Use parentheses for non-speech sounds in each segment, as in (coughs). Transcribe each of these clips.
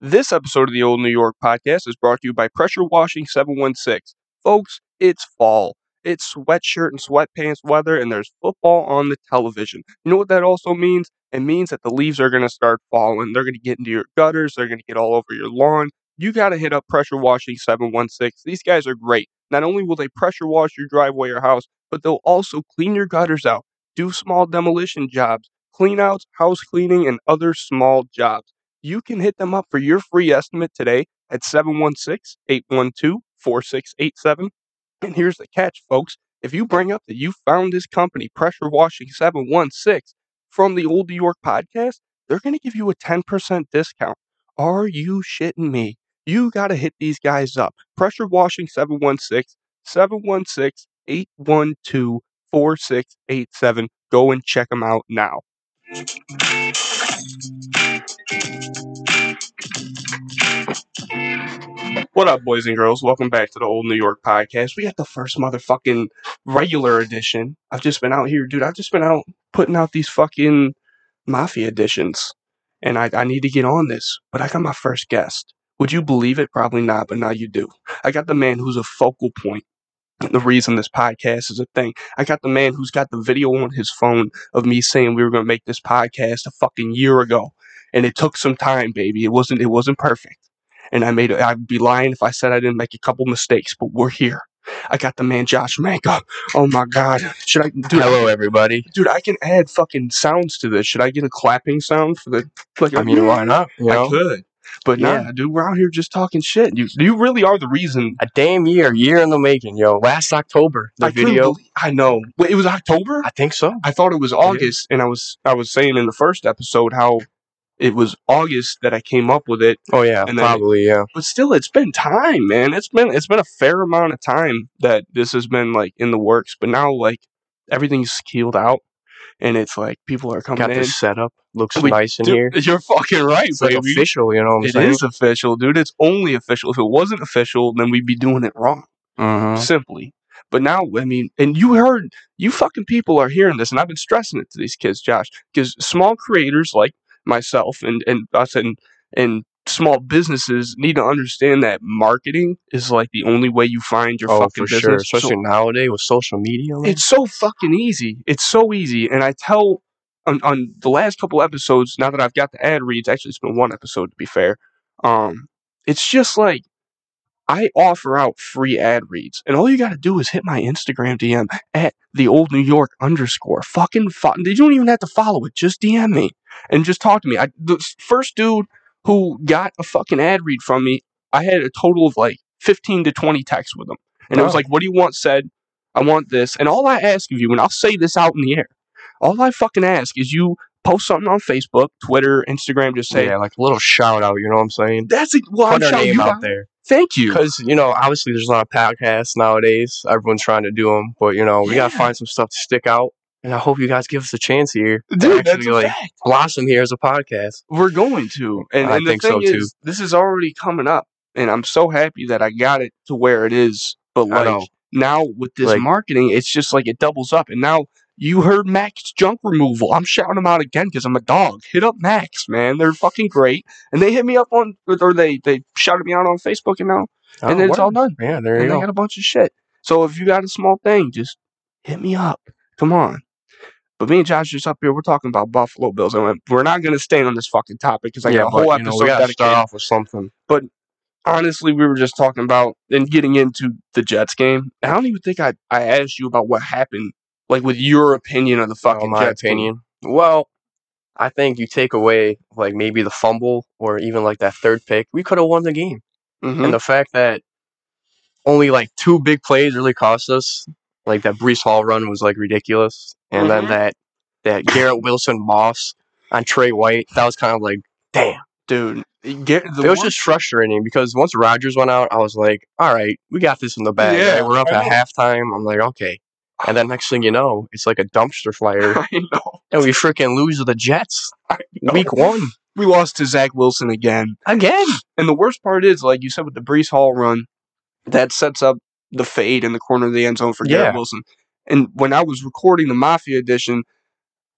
This episode of the Old New York podcast is brought to you by Pressure Washing 716. Folks, it's fall. It's sweatshirt and sweatpants weather, and there's football on the television. You know what that also means? It means that the leaves are going to start falling. They're going to get into your gutters, they're going to get all over your lawn. You got to hit up Pressure Washing 716. These guys are great. Not only will they pressure wash your driveway or house, but they'll also clean your gutters out, do small demolition jobs, clean outs, house cleaning, and other small jobs you can hit them up for your free estimate today at 716 812 4687. And here's the catch, folks. If you bring up that you found this company, Pressure Washing 716, from the Old New York podcast, they're going to give you a 10% discount. Are you shitting me? You got to hit these guys up. Pressure Washing 716 716 812 4687. Go and check them out now. What up, boys and girls? Welcome back to the Old New York podcast. We got the first motherfucking regular edition. I've just been out here, dude. I've just been out putting out these fucking mafia editions, and I, I need to get on this. But I got my first guest. Would you believe it? Probably not, but now you do. I got the man who's a focal point. The reason this podcast is a thing. I got the man who's got the video on his phone of me saying we were going to make this podcast a fucking year ago, and it took some time, baby. It wasn't. It wasn't perfect and I made. I'd be lying if I said I didn't make a couple mistakes, but we're here. I got the man Josh Manko. Oh my God! Should I, dude? Hello, everybody. dude, I can add fucking sounds to this. Should I get a clapping sound for the? Like, I mean, why not? You I know, could, but Yeah. nah, dude, we're out here just talking shit. You, you really are the reason. a damn year, year in the making, yo. Last October, the I couldn't video. believe- I know. Wait, it was October. I think so. I thought it was August, and I was I was saying in the first episode how it was August that I came up with it. Oh yeah, And then- probably yeah. but still it's been time man it's been it's been a fair amount of time that this has been like in the works but now like everything's keeled out and it's like people are coming Got in this setup. Looks Dude, nice in Dude, here. you're fucking right It's like baby. official. You know what I'm It saying? is official dude it's only official if it wasn't official then we'd be doing it wrong Mhm. simply but now i mean and you heard you fucking people are hearing this and i've been stressing it to these kids josh because small creators like myself and and us and and small businesses need to understand that marketing is like the only way you find your Oh, fucking for business sure. So- Especially nowadays with social media. man. it's so fucking easy. It's so easy. And I tell on, on the last couple episodes, now that I've got the ad reads, actually it's been one episode to be fair. Um, it's just like I offer out free ad reads, and all you gotta do is hit my Instagram DM at the old New York underscore. Fucking fo- you don't even have to follow it. Just DM me and just talk to me. I the s- first dude who got a fucking ad read from me, I had a total of like fifteen to twenty texts with him, and it was Wow. like, "What do you want?" Said, "I want this," and all I ask of you, and I'll say this out in the air, all I fucking ask is you post something on Facebook, Twitter, Instagram, just say. yeah, like a little shout out. You know what I'm saying? That's it. Well, I'm Put our shouting name you out out. there Thank you. because you know obviously there's a lot of podcasts nowadays. Everyone's trying to do them, but you know we gotta Yeah. find some stuff to stick out. And I hope you guys give us a chance here. to Dude, that's actually a like fact. blossom here as a podcast. We're going to, and, I and the think so, thing too. is, this is already coming up, and I'm so happy that I got it to where it is. But I like know. now with this Like- marketing, it's just like it doubles up, and now you heard Max junk removal. I'm shouting them out again because I'm a dog. Hit up Max, man. They're fucking great, and they hit me up on, or they they shouted me out on Facebook, and now Oh, and then it's word. all done. Yeah, there you And they go. got a bunch of shit. So if you got a small thing, just hit me up. Come on. But me and Josh just up here, we're talking about Buffalo Bills, and we're- we're not going to stay on this fucking topic because I got a but, whole you episode know, we gotta dedicated. start off with something. Honestly, we were just talking about and getting into the Jets game. And I don't even think I, I asked you about what happened, like with your opinion of the Fucking fucking Oh, my Jets game. opinion. Well, I think you take away like maybe the fumble or even like that third pick, we could have won the game. Mhm. And the fact that only like two big plays really cost us, like that Brees Hall run was like ridiculous, and Mhm. then that that Garrett Wilson Moss on Trey White, that was kind of like damn. Dude, it get- the it was one- just frustrating because once Rodgers went out, I was like, all right, we got this in the bag. Yeah, right? We're up I at halftime. I'm like, okay. And then next thing you know, it's like a dumpster (laughs) fire, (laughs) I know. and we freaking lose to the Jets I know. week one We lost to Zach Wilson again. again. And the worst part is, like you said, with the Brees Hall run, that sets up the fade in the corner of the end zone for Garrett Yeah. Wilson. And when I was recording the Mafia edition,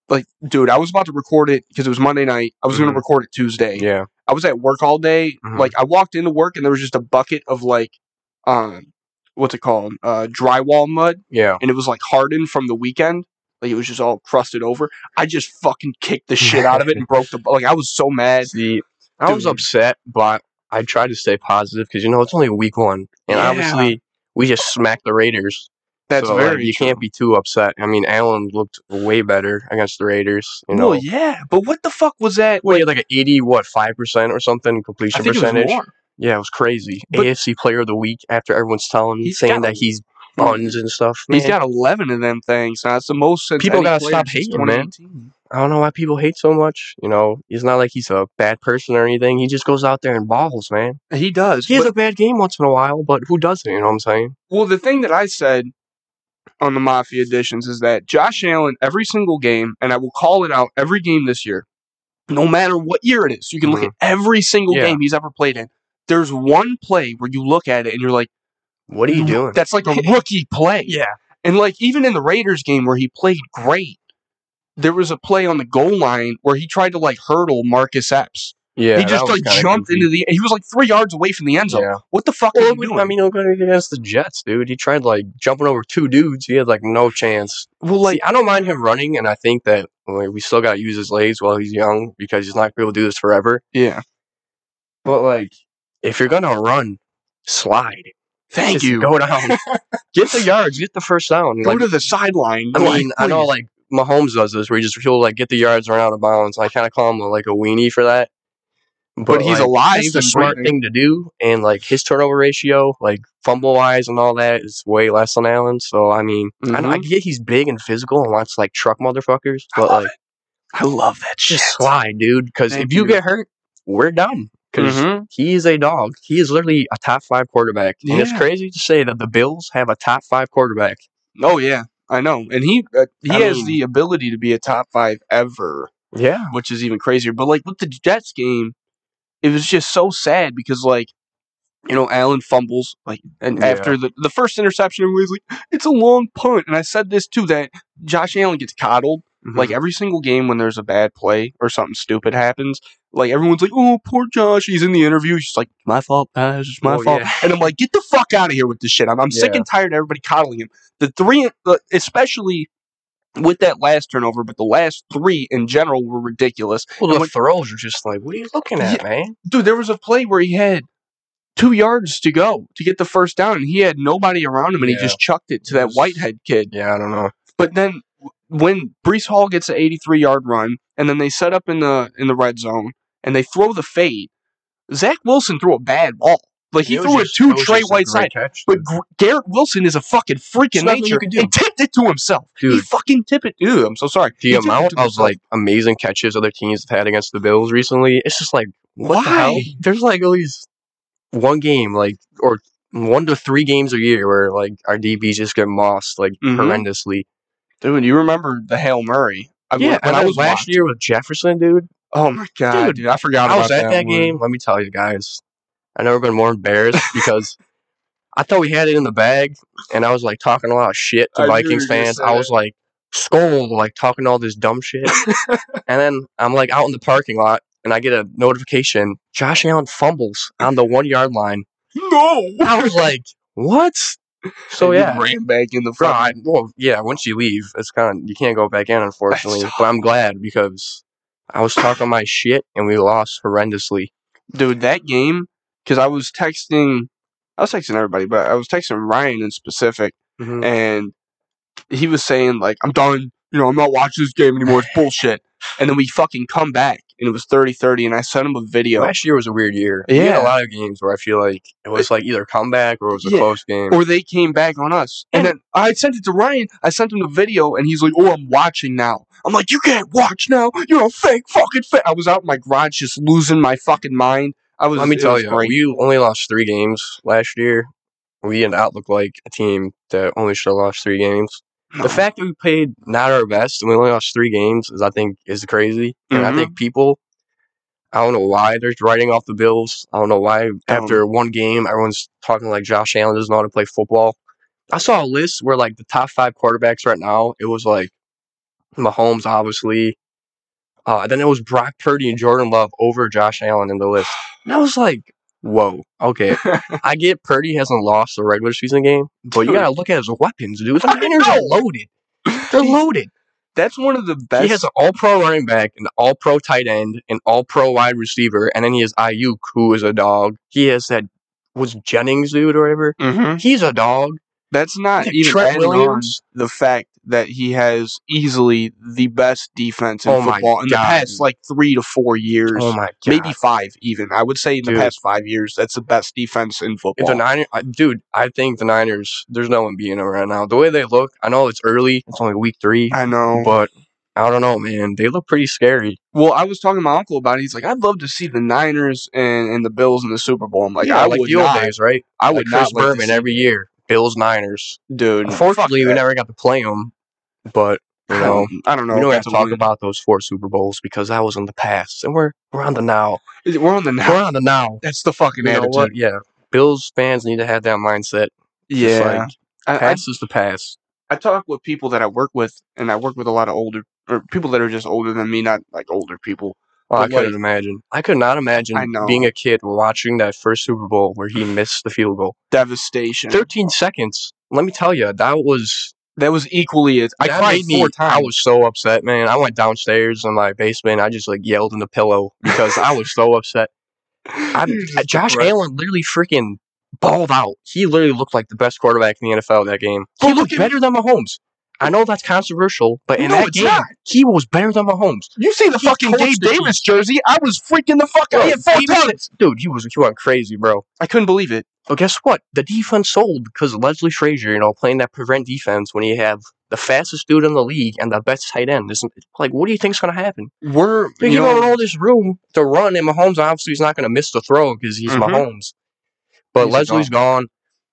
like, dude, I was about to record it because it was Monday night. I was going Mhm. to record it Tuesday. Yeah. I was at work all day. Mhm. Like I walked into work and there was just a bucket of like, um, what's it called? Uh, drywall mud, Yeah. and it was like hardened from the weekend. Like it was just all crusted over. I just fucking kicked the shit out of it and broke the. bu- Like I was so mad. (laughs) See, I was Dude. upset, but I tried to stay positive because you know it's only week one, and Yeah. obviously we just smacked the Raiders. That's so, like, very. uh, you can't be too upset. I mean, Allen looked way better against the Raiders. You know, Well, yeah, but what the fuck was that? Well, he had like an eighty, what five percent or something completion I think percentage. it was more. Yeah, it was crazy. But- AFC Player of the Week after everyone's telling He's saying got that a- he's buns and stuff. He's man. got eleven of them things. Now it's the most since People any gotta player stop since hating, man. 2018. I don't know why people hate so much. You know, it's not like he's a bad person or anything. He just goes out there and balls, man. He does. He has but- a bad game once in a while, but who doesn't? You know what I'm saying? Well, the thing that I said on the Mafia editions is that Josh Allen, every single game, and I will call it out every game this year, no matter what year it is, you can look Mhm. at every single Yeah. game he's ever played in. There's one play where you look at it and you're like, What are you doing? That's (laughs) like a rookie play. yeah, And like even in the Raiders game where he played great, there was a play on the goal line where he tried to like hurdle Marcus Epps. yeah. he just like jumped into the he was like three yards away from the end zone. Yeah. What the fuck are Well, you doing? I mean, look against the Jets, dude. He tried like jumping over two dudes. He had like no chance. well, Like, I don't mind him running, and I think that like, we still got to use his legs while he's young because he's not going to be able to do this forever. yeah. But like, if you're gonna run, slide. Thank Just you. Go down. (laughs) (sighs) get the yards. Get the first down. go Like, to the sideline. I mean, I know please. like Mahomes does this, where he just he'll like get the yards, run out of bounds. I kind of call him like a weenie for that. but he's like, alive. That's the and smart breathing. thing to do, and like his turnover ratio, like fumble wise and all that, is way less than Allen. So I mean, I, know, I Mhm. get he's big and physical and wants to, like truck motherfuckers, I but love like I love that shit. just slide, dude. Because Thank if you, you. get hurt, we're done. Because Mhm. he is a dog. He is literally a top five quarterback, and it's Yeah. crazy to say that the Bills have a top five quarterback. Oh yeah, I know. And he uh, he I has mean- the ability to be a top five ever, Yeah, which is even crazier. But like with the Jets game, it was just so sad because like. You know, Allen fumbles like, and Yeah. after the, the first interception, everybody's like, "It's a long punt." And I said this too that Josh Allen gets coddled Like like every single game when there's a bad play or something stupid happens, like everyone's like, "Oh, poor Josh, he's in the interview." He's just like, "My fault, guys, it's my Well, fault." yeah. And I'm like, "Get the fuck out of here with this shit." I'm, I'm sick Yeah. and tired of everybody coddling him. The three, the, especially with that last turnover, but the last three in general were ridiculous. well, the when- throws are just like, what are you looking at, man? Dude, there was a play where he had two yards to go to get the first down, and he had nobody around him, and Yeah. he just chucked it to that Yes. Whitehead kid. Yeah, I don't know. But then w- when Brees Hall gets an 83 yard run, and then they set up in the in the red zone and they throw the fade, Zach Wilson threw a bad ball. Like he It was threw just- it to was Trey just a great Whiteside. catch, But dude. Gr- Garrett Wilson is a fucking freak in There's nothing you nature. can do. He tipped it to himself. He Dude. fucking tipped it. Dude, I'm so sorry. the He tipped it amount to of himself. like amazing catches other teams have had against the Bills recently, it's just like what the hell? Why? There's like at least one game, like or one to three games a year where like our DBs just get mossed like Mhm. horrendously. dude, you remember the Hail Murray? I, yeah, when and I then was last watching- year with Jefferson, dude. Oh my god, Dude, dude, I forgot I about was at that, one. game. Let me tell you guys, I've never been more embarrassed because I thought we had it in the bag, and I was like talking a lot of shit to I knew you Vikings were gonna fans. say I was like scold, like talking all this dumb (laughs) shit, and then I'm like out in the parking lot, and I get a notification: Josh Allen fumbles on the one yard line. No. I was like, what? (laughs) So And you yeah. ran back in the Bro, front. I- well, yeah. Once you leave, it's kind of you can't go back in, unfortunately. tough. But I'm glad because I was talking my shit and we lost horrendously. dude, that game because I was texting, I was texting everybody, but I was texting Ryan in specific, Mm-hmm. and he was saying like, "I'm done. You know, I'm not watching this game anymore. It's bullshit." And then we fucking come back, and it was 30-30, and I sent him a video, Last year was a weird year. Yeah. We had Yeah. a lot of games where I feel like it was like either comeback or it was a Yeah. close game. or they came back on us, and then I sent it to Ryan. I sent him the video, and he's like, "Oh, I'm watching now." I'm like, "You can't watch now. You're a fake fucking fan." I was out in my garage just losing my fucking mind. I was. Let me it tell was you, great. we only lost three games last year. We did not look like a team that only should have lost three games. The fact that we played not our best and we only lost three games is, I think, is crazy. And I Mhm. think people, I don't know why they're writing off the Bills. I don't know why after Um, one game everyone's talking like Josh Allen doesn't know how to play football. I saw a list where like the top five quarterbacks right now, it was like Mahomes, obviously. Uh, then it was Brock Purdy and Jordan Love over Josh Allen in (sighs) the list. And I was like, whoa, (laughs) okay. I get Purdy hasn't lost the regular season game, but you Dude. gotta look at his weapons, dude. The I Niners are know. loaded. They're loaded. That's one of the best. He has an all pro running back, an all pro tight end, an all pro wide receiver, and then he has Ayuk, who is a dog. He has that, was Jennings, dude, or whatever. Mhm. He's a dog. That's not Yeah, even Trent adding on Williams. the fact that he has easily the best defense in Oh my football in the God, past dude. like three to four years. Oh my God. Maybe five, even. I would say in the Dude. past five years, that's the best defense in If football. the Niners, I, dude, I think the Niners, there's no one beating them right now. The way they look, I know it's early, it's only week three, I know. but I don't know, man. They look pretty scary. well, I was talking to my uncle about it. He's like, I'd love to see the Niners and, and the Bills in the Super Bowl. I'm like, Yeah, I like would the old not. days, right? I Like would Chris not. like to Berman see every that. year. Bills Niners. dude. Unfortunately, we fuck that. never got to play them, but you I know, don't, I don't know. we don't if have to that's a talk win. about those four Super Bowls because that was in the past, and we're we're on the now. We're on the (laughs) now. (laughs) We're on the now. That's the fucking You know attitude. what? Yeah, Bills fans need to have that mindset. Just Yeah. like, I, I past is the past. I talk with people that I work with, and I work with a lot of older or people that are just older than me, not like older people. Oh, I But, like- couldn't imagine. I could not imagine I know. being a kid watching that first Super Bowl where he missed the field goal. Devastation. 13 seconds. Let me tell you, that was. That was equally it. I that cried made me- four times. I was so upset, man. I went downstairs in my basement. I just like yelled in the pillow because I was so upset. I, You're just I- Uh, Josh depressed. Allen literally freaking balled out. He literally looked like the best quarterback in the NFL that game. But He look looked at- better than Mahomes. I know that's controversial, but in No, that it's game, not. he was better than Mahomes. You see the He fucking torched Gabe the Davis jersey? I was freaking the fuck Bro, out. He had four Davis- targets. Dude, he was he went crazy, bro. I couldn't believe it. But guess what? The defense sold because Leslie Frazier, you know, playing that prevent defense when you have the fastest dude in the league and the best tight end. Isn't like, what do you think's gonna happen? We're They you give him know, all this room to run, and Mahomes obviously is not gonna miss the throw because he's Mhm. Mahomes. But He's a Leslie's gone.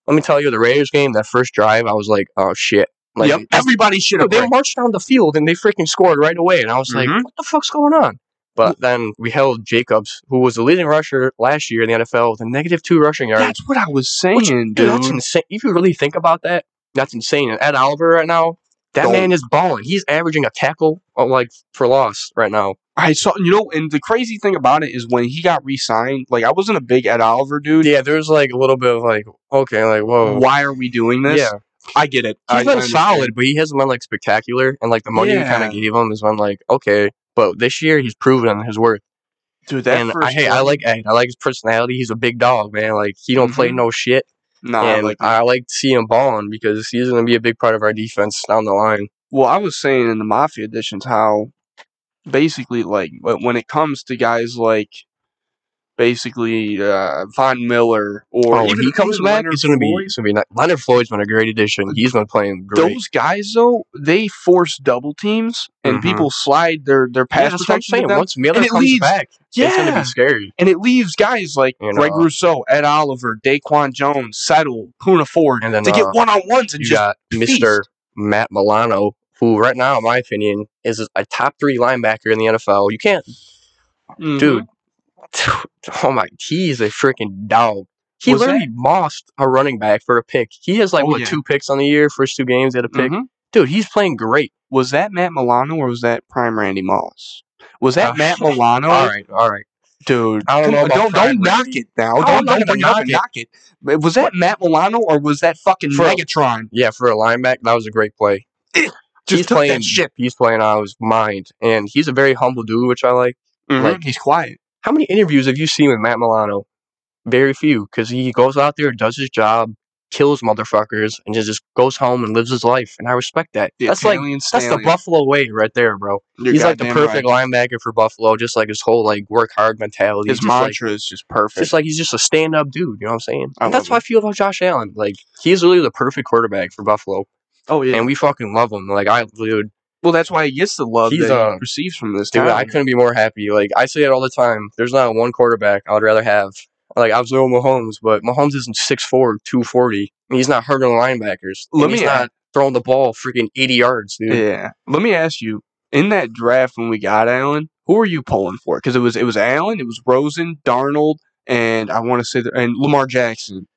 Let me tell you, the Raiders game, that first drive, I was like, oh shit. Like, yep. Everybody should dude, have. they marched down the field and they freaking scored right away, and I was Mhm. like, what the fuck's going on? But then we held Jacobs, who was the leading rusher last year in the NFL with a negative two rushing yards. That's what I was saying, Which- dude. Dude, that's insane. If you really think about that, that's insane. And Ed Oliver right now, that Don't. man is balling. He's averaging a tackle uh, like for loss right now. I saw you know, and the crazy thing about it is when he got re-signed. Like I wasn't a big Ed Oliver dude. Yeah, there's like a little bit of like, okay, like whoa, Why are we doing this? yeah. I get it. He's I, I been understand. solid, but he hasn't been like spectacular. And like the money you kind Yeah. of gave him has been like okay, but this year he's proven his worth. Dude, that and first I, hey, I like Ed. I like his personality. He's a big dog, man. Like he don't play Mhm. no shit. Nah, I and like I like to see him balling because he's gonna be a big part of our defense down the line. well, I was saying in the Mafia editions how basically, like, wh- when it comes to guys like basically uh, Von Miller or Oh, when even he comes even back, Leonard it's gonna be Floyd, it's gonna be not, Leonard Floyd's been a great addition. He's been playing great. those guys though they force double teams and Mhm. people slide their their yeah, pass that's what I'm protection to saying. them. Once Miller and it comes leads- back, it's gonna Yeah. be scary. and it leaves guys like You Greg know. Rousseau, Ed Oliver, Daquan Jones, Settle, Puna Ford And then, to get uh, one on ones and You just got Mr. Matt Milano, who right now, in my opinion, is a top three linebacker in the NFL. You can't, Mhm. dude. Oh my, he's a freaking dog. He Was that- literally mossed a running back for a pick. He has like Oh, what yeah. two picks on the year, first two games, he had a pick. Mhm. Dude, he's playing great. Was that Matt Milano or was that Prime Randy Moss? Was that Uh, Matt Milano? All right, all right. Dude, I don't know come- about don't, Prime don't knock Randy. it now. I'm Don't, not don't gonna bring it up and knock knock it. But Was that Matt Milano or was that fucking For- Megatron? Yeah, for a linebacker, that was a great play. Just he's took playing that shit. He's playing out of his mind, and he's a very humble dude, which I like. Like, he's quiet. How many interviews have you seen with Matt Milano? Very few, because he goes out there, does his job, kills motherfuckers, and just, just goes home and lives his life. And I respect that. The that's like Italian that's the stallion. Buffalo way, right there, bro. You're he's like the goddamn perfect right. linebacker for Buffalo, just like his whole like work hard mentality. His just like- mantra is just perfect. just like he's just a stand up dude, you know what I'm saying? I And that's love how I feel about Josh Allen. Like he's really the perfect quarterback for Buffalo, oh yeah. and we fucking love him. Like I, dude, well, that's why he gets the love He's, that uh, he receives from this Dude, town. I couldn't be more happy. Like I say it all the time. There's not one quarterback I would rather have. Like I was little Mahomes, but Mahomes isn't 6'4", 240. And he's not hurting linebackers. And Let me he's not throwing the ball freaking eighty yards, dude. Yeah. Let me ask you: in that draft when we got Allen, who are you pulling for? Because it was it was Allen, it was Rosen, Darnold, and I want to say that, and Lamar Jackson.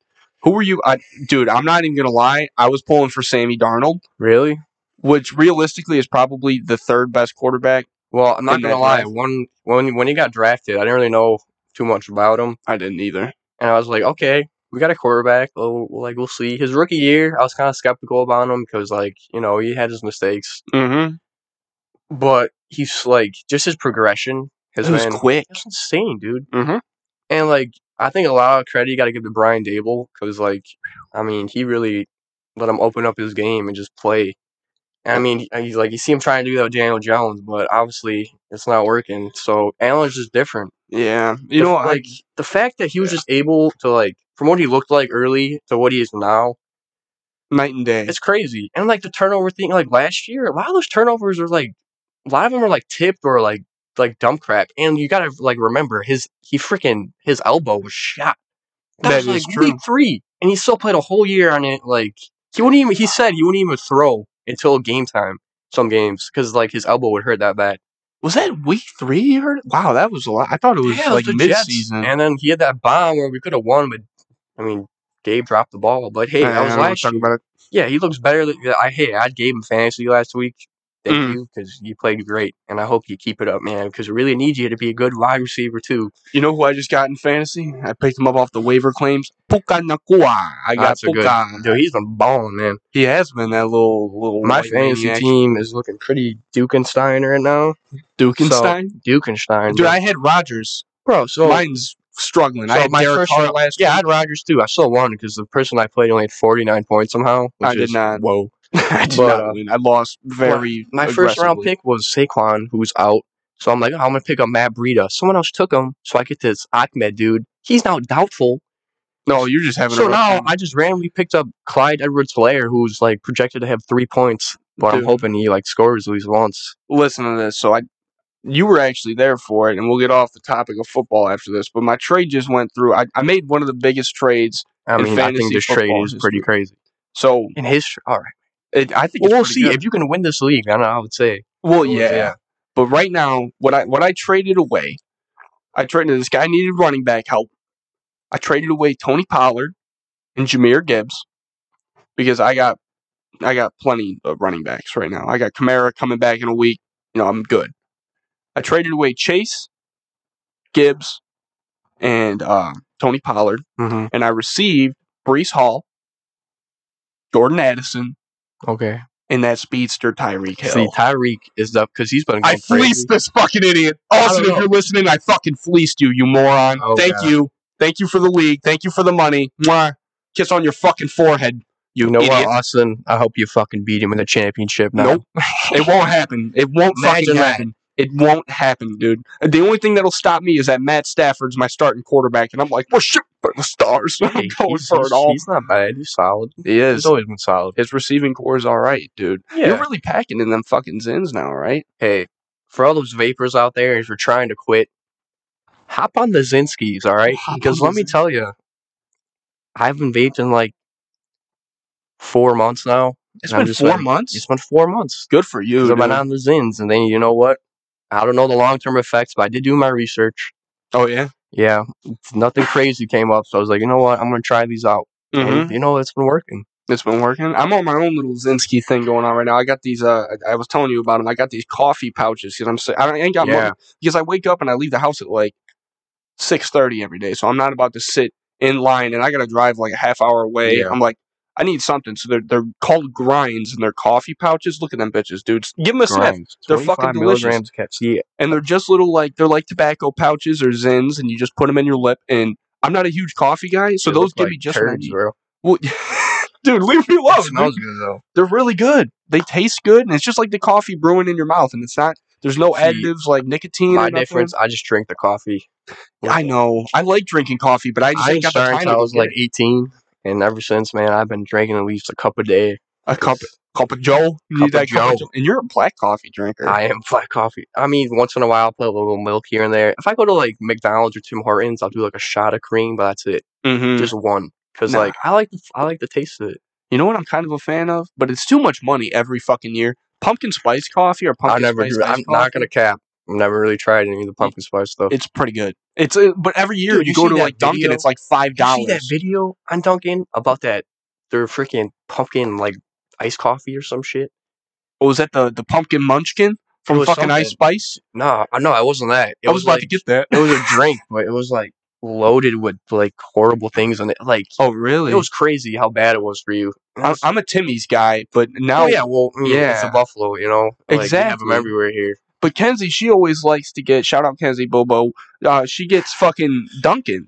Who were you? I, dude, I'm not even gonna lie. I was pulling for Sammy Darnold. Really? which realistically is probably the third best quarterback. Well, I'm not In gonna that lie. draft. When when when he got drafted, I didn't really know too much about him, I didn't either. and I was like, okay, we got a quarterback. Well, we'll- like we'll see. His rookie year, I was kind of skeptical about him because like you know he had his mistakes, Mm-hmm. but he's like just his progression has It was been quick. it's insane, dude. Mm-hmm. And like I think a lot of credit you got to give to Brian Dable because like I mean he really let him open up his game and just play. And, I mean he's like you see him trying to do that with Daniel Jones, but obviously it's not working. So Allen's just different. Yeah, you The- know, like like the fact that he was just able to like from what he looked like early to what he is now, night and day. it's crazy. And like the turnover thing, like last year, a lot of those turnovers are like a lot of them are like tipped or like like dump crap. And you gotta like remember his he freaking his elbow was shot. That, That was like is week true. three, and he still played a whole year on it. Like he wouldn't even he said he wouldn't even throw until game time. Some games because like his elbow would hurt that bad. Was that week three? You heard? Wow, that was a lot. I thought it was Yeah, it like was the mid Jets. season. And then he had that bomb where we could have won, but I mean, Gabe dropped the ball. But hey, that was last year. about it. Yeah, he looks better. Than, yeah, I hey, I gave him fantasy last week. Thank Mm. you because you played great, and I hope you keep it up, man. Because we really need you to be a good wide receiver too. You know who I just got in fantasy? I picked him up off the waiver claims. Puka Nakua. I got That's a good- Puka. Dude, he's been balling, man. He has been that little little My white fantasy maniac. team is looking pretty Dukenstein right now. Dukenstein. Dukenstein, Dude, bro. I had Rogers. bro. So Mine's struggling. so I had my Derek first Carr round- last yeah, I (laughs) week. had Rodgers too. I still won because the person I played only had forty nine points somehow. Which I did is, not. Whoa. I did but, not uh, win. I lost very My first round aggressively. pick was Saquon, who's out. So I'm like, oh, I'm gonna pick up Matt Breida. Someone else took him, so I get this Ahmed dude. He's now doubtful. No, you're just having So a now I just randomly picked up Clyde Edwards Hilaire, who's like projected to have three points, but I'm Dude. hoping he like scores at least once. listen to this. So I, you were actually there for it, and we'll get off the topic of football after this. But my trade just went through. I, I made one of the biggest trades. I In mean, I think fantasy this trade football is pretty history. crazy. So In history, all right. it, I think Well, it's we'll pretty see good. if you can win this league. I don't know. I would say. Well, Who was yeah. that? But right now, what I what I traded away, I traded this guy needed running back help. I traded away Tony Pollard and Jameer Gibbs because I got I got plenty of running backs right now. I got Kamara coming back in a week. You know, I'm good. I traded away Chase, Gibbs, and uh, Tony Pollard, Mm-hmm. and I received Brees Hall, Jordan Addison, Okay. and that speedster Tyreek Hill. See, Tyreek is up because he's been. Going I crazy. fleeced this fucking idiot. I Austin, don't if know. you're listening, I fucking fleeced you, you moron. Oh, Thank God. you. Thank you for the league. Thank you for the money. Mwah. Kiss on your fucking forehead, you, You know idiot. what, Austin? I hope you fucking beat him in the championship. Now. (laughs) Nope. It won't happen. It won't Imagine fucking that. happen. It won't happen, dude. The only thing that'll stop me is that Matt Stafford's my starting quarterback, and I'm like, well, shit, for the stars. (laughs) I'm Hey, going he's, for he's- it all. He's not bad. He's solid. He He's is. always been solid. His receiving core is all right, dude. You're Yeah. really packing in them fucking zins now, right? Hey, for all those vapors out there, if you're trying to quit, hop on the Zinskis, all right? Hop on Because the let me Zin- tell you, I haven't vaped in like four months now. It's I'm been just four like- months. It's been four months. Good for you, Because I've dude. been on the Zins, and then you know what? I don't know the long term effects, but I did do my research. Oh yeah. Yeah, it's- nothing crazy came up, so I was like, you know what? I'm gonna try these out. Mm-hmm. And, you know, it's been working. It's been working. I'm on my own little Zinsky thing going on right now. I got these. Uh, I I was telling you about them. I got these coffee pouches because I'm. si- I ain't got money yeah, because I wake up and I leave the house at like six thirty every day. So I'm not about to sit in line and I gotta drive like a half hour away. Yeah. I'm like, I need something. So they're they're called grinds and they're coffee pouches. Look at them bitches, dudes. Give them a sniff. grinds. They're fucking 25 delicious. milligrams of caffeine. and they're just little like they're like tobacco pouches or zins, and you just put them in your lip. And I'm not a huge coffee guy, so They those look give like me just what I turds, need. bro. Well, (laughs) dude, leave me It alone. dude. smells good though. They're really good. They taste good, and it's just like the coffee brewing in your mouth, and it's not. There's no See, additives like nicotine. or My nothing. difference, I just drink the coffee. I know. I like drinking coffee, but I just I ain't didn't got the start time. until I to go was get like it. 18, and ever since, man, I've been drinking at least a cup a day. a cup, cup of Joe. You Cup need of that cup Joe. of Joe. And you're a black coffee drinker. I am (laughs) black coffee. I mean, once in a while, I'll put a little milk here and there. If I go to like McDonald's or Tim Hortons, I'll do like a shot of cream, but that's it, mm-hmm. just one. Because Nah. like I like the, I like the taste of it. you know what I'm kind of a fan of, but it's too much money every fucking year. Pumpkin spice coffee or I pumpkin never spice. do. I'm iced not coffee, gonna cap. I've never really tried any of the pumpkin spice stuff. It's pretty good. It's uh, but every year Dude, you you go see to that like Dunkin', video? it's like five Did you see that dollars. video on Duncan about that their freaking pumpkin like iced coffee or some shit? What was that the the pumpkin munchkin from was fucking Ice something. Spice? No, I no, I wasn't that. It I was, about like, to get that. it was a drink, but it was like loaded with like horrible things on it. Like (laughs) Oh really? it was crazy how bad it was for you. And I I'm, was- I'm a Timmy's guy, but now oh, yeah, well, I mean, it's yeah. a buffalo, you know. Like, we have Exactly. them everywhere here. But Kenzie, she always likes to get shout out Kenzie Bobo. Uh, she gets fucking Dunkin',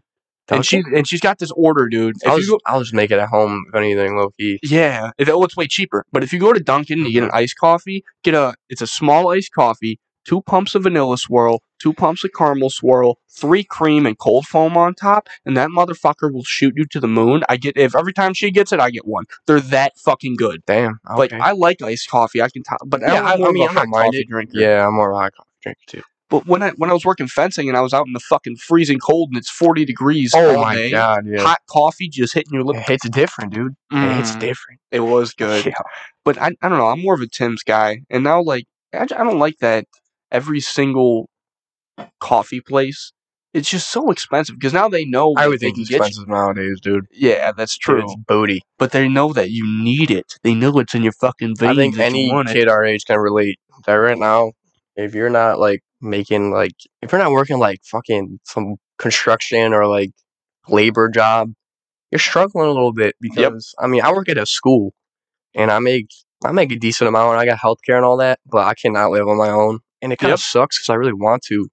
and she and she's got this order, dude. If I'll, you just, I'll just make it at home if anything, low key. go- yeah, if, oh, it's way cheaper. But if you go to Dunkin', you get an iced coffee. Get a it's a small iced coffee, two pumps of vanilla swirl, two pumps of caramel swirl, three cream and cold foam on top, and that motherfucker will shoot you to the moon. I get if every time she gets it, I get one. They're that fucking good. Damn. Like okay. I like iced coffee. I can top, but Yeah, I- I I, I mean, mean I I'm don't not a mind coffee it. drinker. yeah, I'm more of a hot coffee drinker too. But when I when I was working fencing and I was out in the fucking freezing cold and it's forty degrees all day, Oh god, yeah. hot coffee just hitting your lip. It hits different, dude. It hits Mm, different. it was good, Yeah. but I I don't know. I'm more of a Tim's guy, and now like I, j- I don't like that every single coffee place. It's just so expensive because now they know I what would they think can it's get you. expensive nowadays, dude. Yeah, that's true. It's booty. But they know that you need it. They know it's in your fucking veins. I think that you any want it. kid our age can relate that right now, if you're not like making like if you're not working like fucking some construction or like labor job, you're struggling a little bit because I mean I work at a school and I make I make a decent amount. I got healthcare and all that, but I cannot live on my own, and it kind Yep. of sucks because I really want to,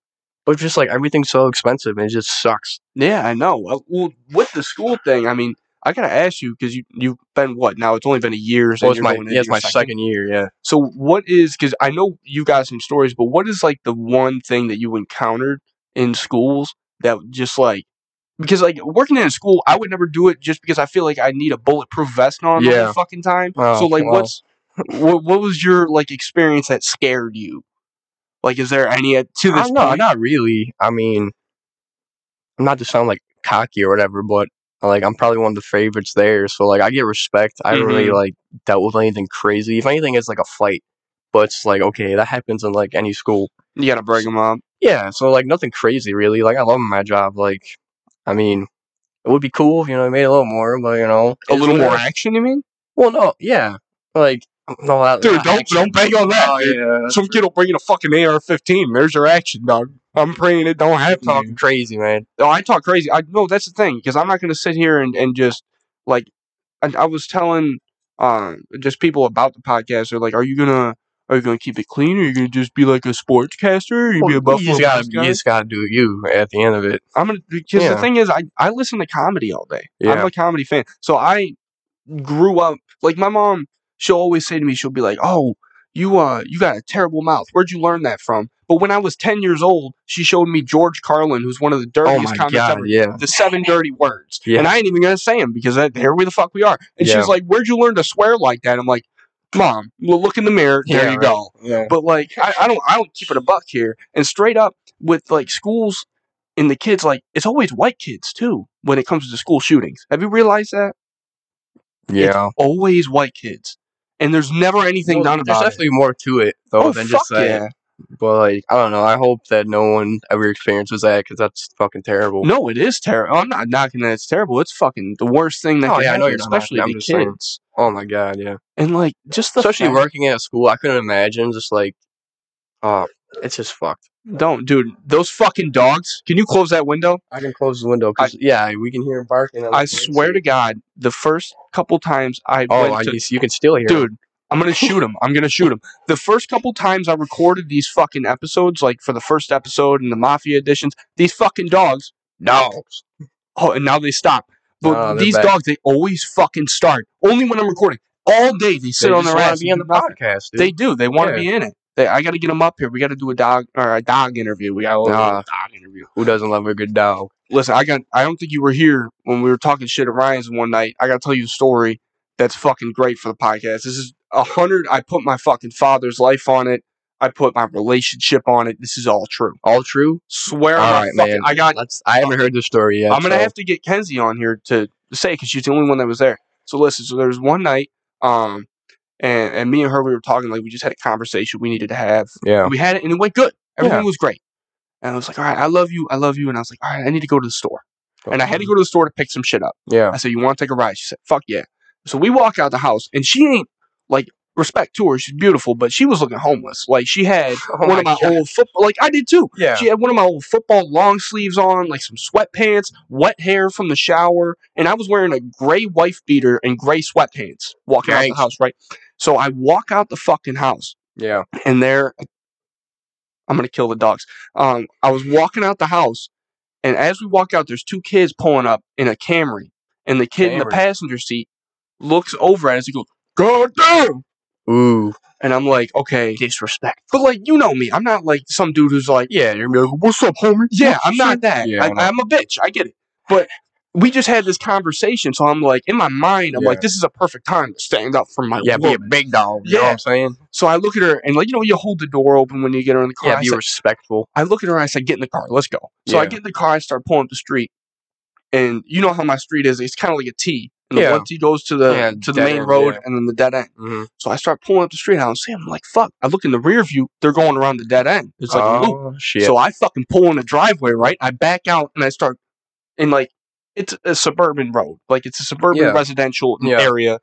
but just like everything's so expensive and it just sucks. Yeah, I know. Uh, Well, with the school thing, I mean, I gotta ask you because you you've been what now? It's only been a year. and Well, it's you're my going into yeah, it's your my second year, yeah. So what is because I know you got some stories, but what is like the one thing that you encountered in schools that just like because like working in a school, I would never do it just because I feel like I need a bulletproof vest on all Yeah. the fucking time. Oh, so like, wow. what's what, what was your like experience that scared you? Like, is there any uh, to I this don't know, point? not really. I mean, not to sound like cocky or whatever, but like I'm probably one of the favorites there. So like I get respect. I haven't really Mhm. like dealt with anything crazy. If anything, it's like a fight, but it's like okay, that happens in like any school. You gotta break them up. Yeah, so like nothing crazy really. Like I love my job. Like I mean, it would be cool if you know I made a little more, but you know A it's little what it more is. action, you mean? Well, no, yeah, like no, that, Dude, that don't- action- don't bang on that, Oh, dude. yeah, that's Some kid will bring in a fucking AR-15. There's your action, dog. I'm praying it don't happen. to you. talking crazy, man. No, I talk crazy. I no, that's the thing because I'm not going to sit here and, and just like I, I was telling uh, just people about the podcast. They're like, "Are you gonna are you gonna keep it clean? Or are you gonna just be like a sportscaster? Or you be a Well, you Buffalo just gotta, Bills you guy?" just gotta do you at the end of it. I'm gonna because Yeah. the thing is, I I listen to comedy all day. I'm Yeah. a comedy fan, so I grew up like my mom. She'll always say to me, she'll be like, "Oh, you uh, you got a terrible mouth. Where'd you learn that from?" But when I was ten years old, she showed me George Carlin, who's one of the Oh dirtiest my comics god, ever yeah. the seven dirty words. Yeah. And I ain't even gonna say them because that, here we the fuck we are. And she Yeah. was like, "Where'd you learn to swear like that?" I'm like, "Mom, well, look in the mirror. There Yeah, you right. go." Yeah. But like, I, I don't, I don't keep it a buck here. And straight up with like schools and the kids, like it's always white kids too when it comes to school shootings. Have you realized that? Yeah. Always white kids, and there's never anything done There's about it. definitely more to it though oh than fuck just that. yeah! But like, I don't know. I hope that no one ever experiences that because that's fucking terrible. No, it is terrible. I'm not knocking that it's terrible. It's fucking the worst thing that Oh, can yeah, I know happen, you're not knocking especially it. I'm to just saying. kids. Oh my god, yeah. And like just the Especially fact- working at a school, I couldn't imagine just like, oh, it's just fucked. Don't, dude. Those fucking dogs. Can you close that window? I can close the window 'cause- yeah, we can hear him barking. I swear to God, the first couple times I Oh, I went to, guess you can still hear. him. dude, I'm gonna shoot him. I'm gonna shoot him. The first couple times I recorded these fucking episodes, like for the first episode and the Mafia editions, these fucking dogs. No. Oh, and now they stop. But No, Oh, they're these back. dogs, they always fucking start. Only when I'm recording. All day they sit they on just their wanna ass. Be on and the do nothing. podcast, dude. They do. They want to Yeah. be in it. They, I got to get them up here. We got to do a dog or a dog interview. We got to Nah. a dog interview. Who doesn't love a good dog? listen, I got I don't think you were here when we were talking shit at Ryan's one night. I gotta tell you a story that's fucking great for the podcast. This is a hundred I put my fucking father's life on it. I put my relationship on it. This is all true. All true. Swear All on my right, fucking man. I got That's I haven't heard the story yet. I'm gonna so- have to get Kenzie on here to say because she's the only one that was there. So listen, so there was one night, um, and and me and her we were talking like we just had a conversation we needed to have. Yeah. We had it and it went good. Everything Yeah. was great. And I was like, all right, I love you, I love you, and I was like, all right, I need to go to the store. And I had to go to the store to pick some shit up. Yeah. I said, You want to take a ride? She said, Fuck yeah. So we walk out the house, and she ain't like respect to her. She's beautiful, but she was looking homeless. Like she had Oh one of my God. old football. Like I did too. yeah. She had one of my old football long sleeves on, like some sweatpants, wet hair from the shower, and I was wearing a gray wife beater and gray sweatpants walking out Yikes. the house, right? So I walk out the fucking house yeah. and there I'm gonna kill the dogs. Um, I was walking out the house, and as we walk out, there's two kids pulling up in a Camry, and the kid in the Camry. passenger seat looks over at us and goes, "God damn!" Ooh. And I'm like, "Okay, disrespect." But like, you know me, I'm not like some dude who's like, Yeah. You're gonna be like, what's up, homie? "Yeah, I'm not that. Yeah, I I, know. I'm a bitch. I get it." But we just had this conversation, so I'm like, in my mind, I'm like, Yeah. "This is a perfect time to stand up for my Yeah, be a woman." big dog. You know Yeah. what I'm saying? So I look at her and like, you know, you hold the door open when you get her in the car. Yeah, I be said- respectful. I look at her and I said, "Get in the car, let's go." So I Yeah. get in the car, I start pulling up the street, and you know how my street is; it's kind of like a T, and Yeah. the one T goes to the Yeah, to the dead main end, road yeah. and then the dead end. Mm-hmm. So I start pulling up the street, and I'm saying, "I'm like, fuck!" I look in the rear view; they're going around the dead end. It's like a loop. oh, shit. So I fucking pull in the driveway, right? I back out and I start, and like, it's a suburban road, like it's a suburban Yeah. residential Yeah. area.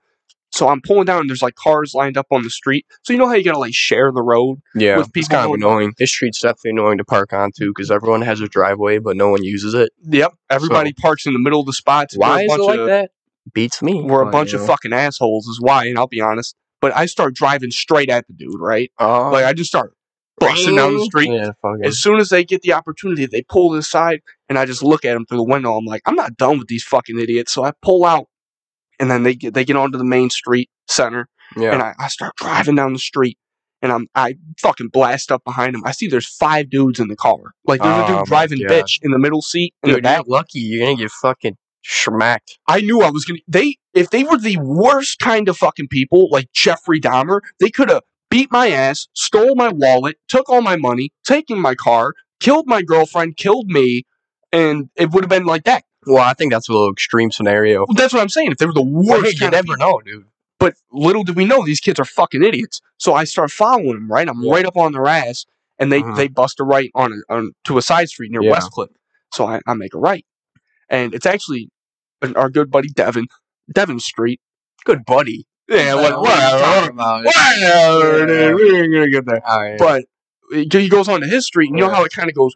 So I'm pulling down, and there's like cars lined up on the street. So you know how you gotta like share the road. yeah, with it's people kind of going- annoying. This street's definitely annoying to park onto because everyone has a driveway, but no one uses it. Yep, everybody parks in the middle of the spots. Why is it like of, that? Oh, Beats me. We're a but, bunch you of know. fucking assholes, is why. And I'll be honest, but I start driving straight at the dude, right? Oh. Like I just start busting down the street. Yeah, fucking. As soon as they get the opportunity, they pull aside, and I just look at them through the window. I'm like, I'm not done with these fucking idiots. So I pull out, and then they get they get onto the main street center, yeah. and I, I start driving down the street. And I'm I fucking blast up behind them. I see there's five dudes in the car. Like there's Oh a my dude driving God. bitch in the middle seat in the Dude, back. you're lucky. You're gonna get fucking schmacked. I knew I was gonna. They if they were the worst kind of fucking people, like Jeffrey Dahmer, they could have beat my ass, stole my wallet, took all my money, taken my car, killed my girlfriend, killed me, and it would have been like that. Well, I think that's a little extreme scenario. That's what I'm saying. If they were the Well, hey, worst, you kind of never people, know, dude. but little did we know these kids are fucking idiots. So I start following them. Right, I'm Yeah. right up on their ass, and they Mhm. they bust a right on, on to a side street near Yeah. Westcliff. So I, I make a right, and it's actually an- our good buddy Devin, Devin Street. Good buddy. Yeah, Like, what, oh, what are you talking whatever. about? Whatever, Yeah. dude. We ain't gonna get there. All right. But it- he goes onto his street, and you know Yeah. how it kind of goes,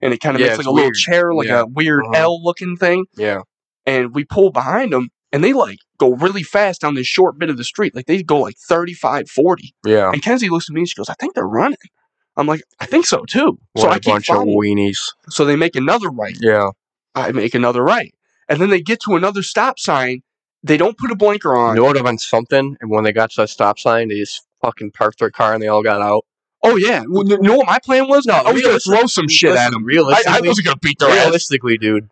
and it kind of Yeah, makes like it's a little weird. chair, like Yeah. a weird Uh-huh. L looking thing. yeah. And we pull behind them, and they like go really fast down this short bit of the street. Like they go like 35, 40. Yeah. And Kenzie looks at me and she goes, I think they're running. I'm like, I think so too. what so a I keep bunch of following. weenies. So they make another right. Yeah. I make another right. And then they get to another stop sign. They don't put a blinker on. You know what have been something? And when they got to that stop sign, they just fucking parked their car and they all got out. Oh yeah. Well, you know what my plan was? No, I was gonna realistic- throw some shit at Listen, him. I, Realistically, I wasn't gonna beat their ass. realistically, dude,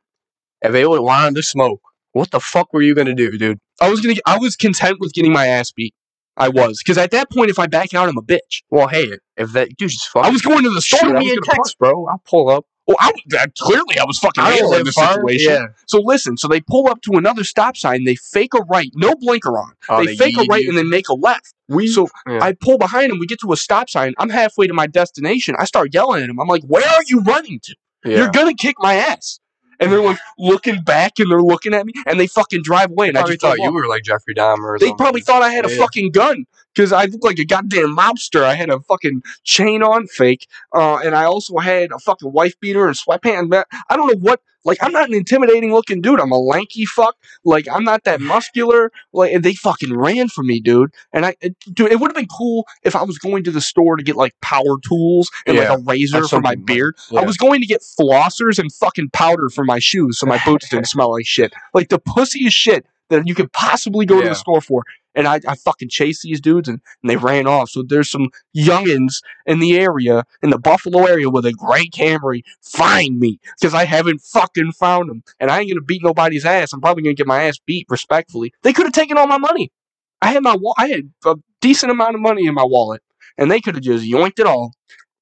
if they would have wanted to smoke, what the fuck were you gonna do, dude? I was gonna. I was content with getting my ass beat. I was because at that point, if I back out, I'm a bitch. Well, hey, if that dude just fucking I was going to the store. shoot I was me a gonna text, bro. I'll pull up. Well, I, was- I- clearly I was fucking I don't handling live the far. situation. Yeah. So listen. So they pull up to another stop sign. They fake a right, no blinker on. Oh, they, fake a yeet right you. and then make a left. We So Yeah. I pull behind him. We get to a stop sign. I'm halfway to my destination. I start yelling at him. I'm like, "Where are you running to?" yeah. You're gonna kick my ass. And they're like looking back and they're looking at me and they fucking drive away. And I probably just thought drove you off. were like Jeffrey Dahmer. Or They something. probably thought I had a Yeah. fucking gun because I looked like a goddamn mobster. I had a fucking chain on fake. Uh, and I also had a fucking wife beater and sweatpants. Man, I don't know what. Like, I'm not an intimidating looking dude. I'm a lanky fuck. Like, I'm not that muscular. Like, and they fucking ran for me, dude. And I, it- dude, it would have been cool if I was going to the store to get like power tools and Yeah. like a razor Like for my something like- beard. Yeah. I was going to get flossers and fucking powder for my shoes (laughs) so my boots didn't smell like shit. Like the pussiest shit that you could possibly go to Yeah. the store for. And I, I fucking chased these dudes and, and they ran off. So there's some youngins in the area, in the Buffalo area with a gray Camry. Find me because I haven't fucking found them. And I ain't going to beat nobody's ass. I'm probably going to get my ass beat respectfully. They could have taken all my money. I had my wa- I had a decent amount of money in my wallet and they could have just yoinked it all.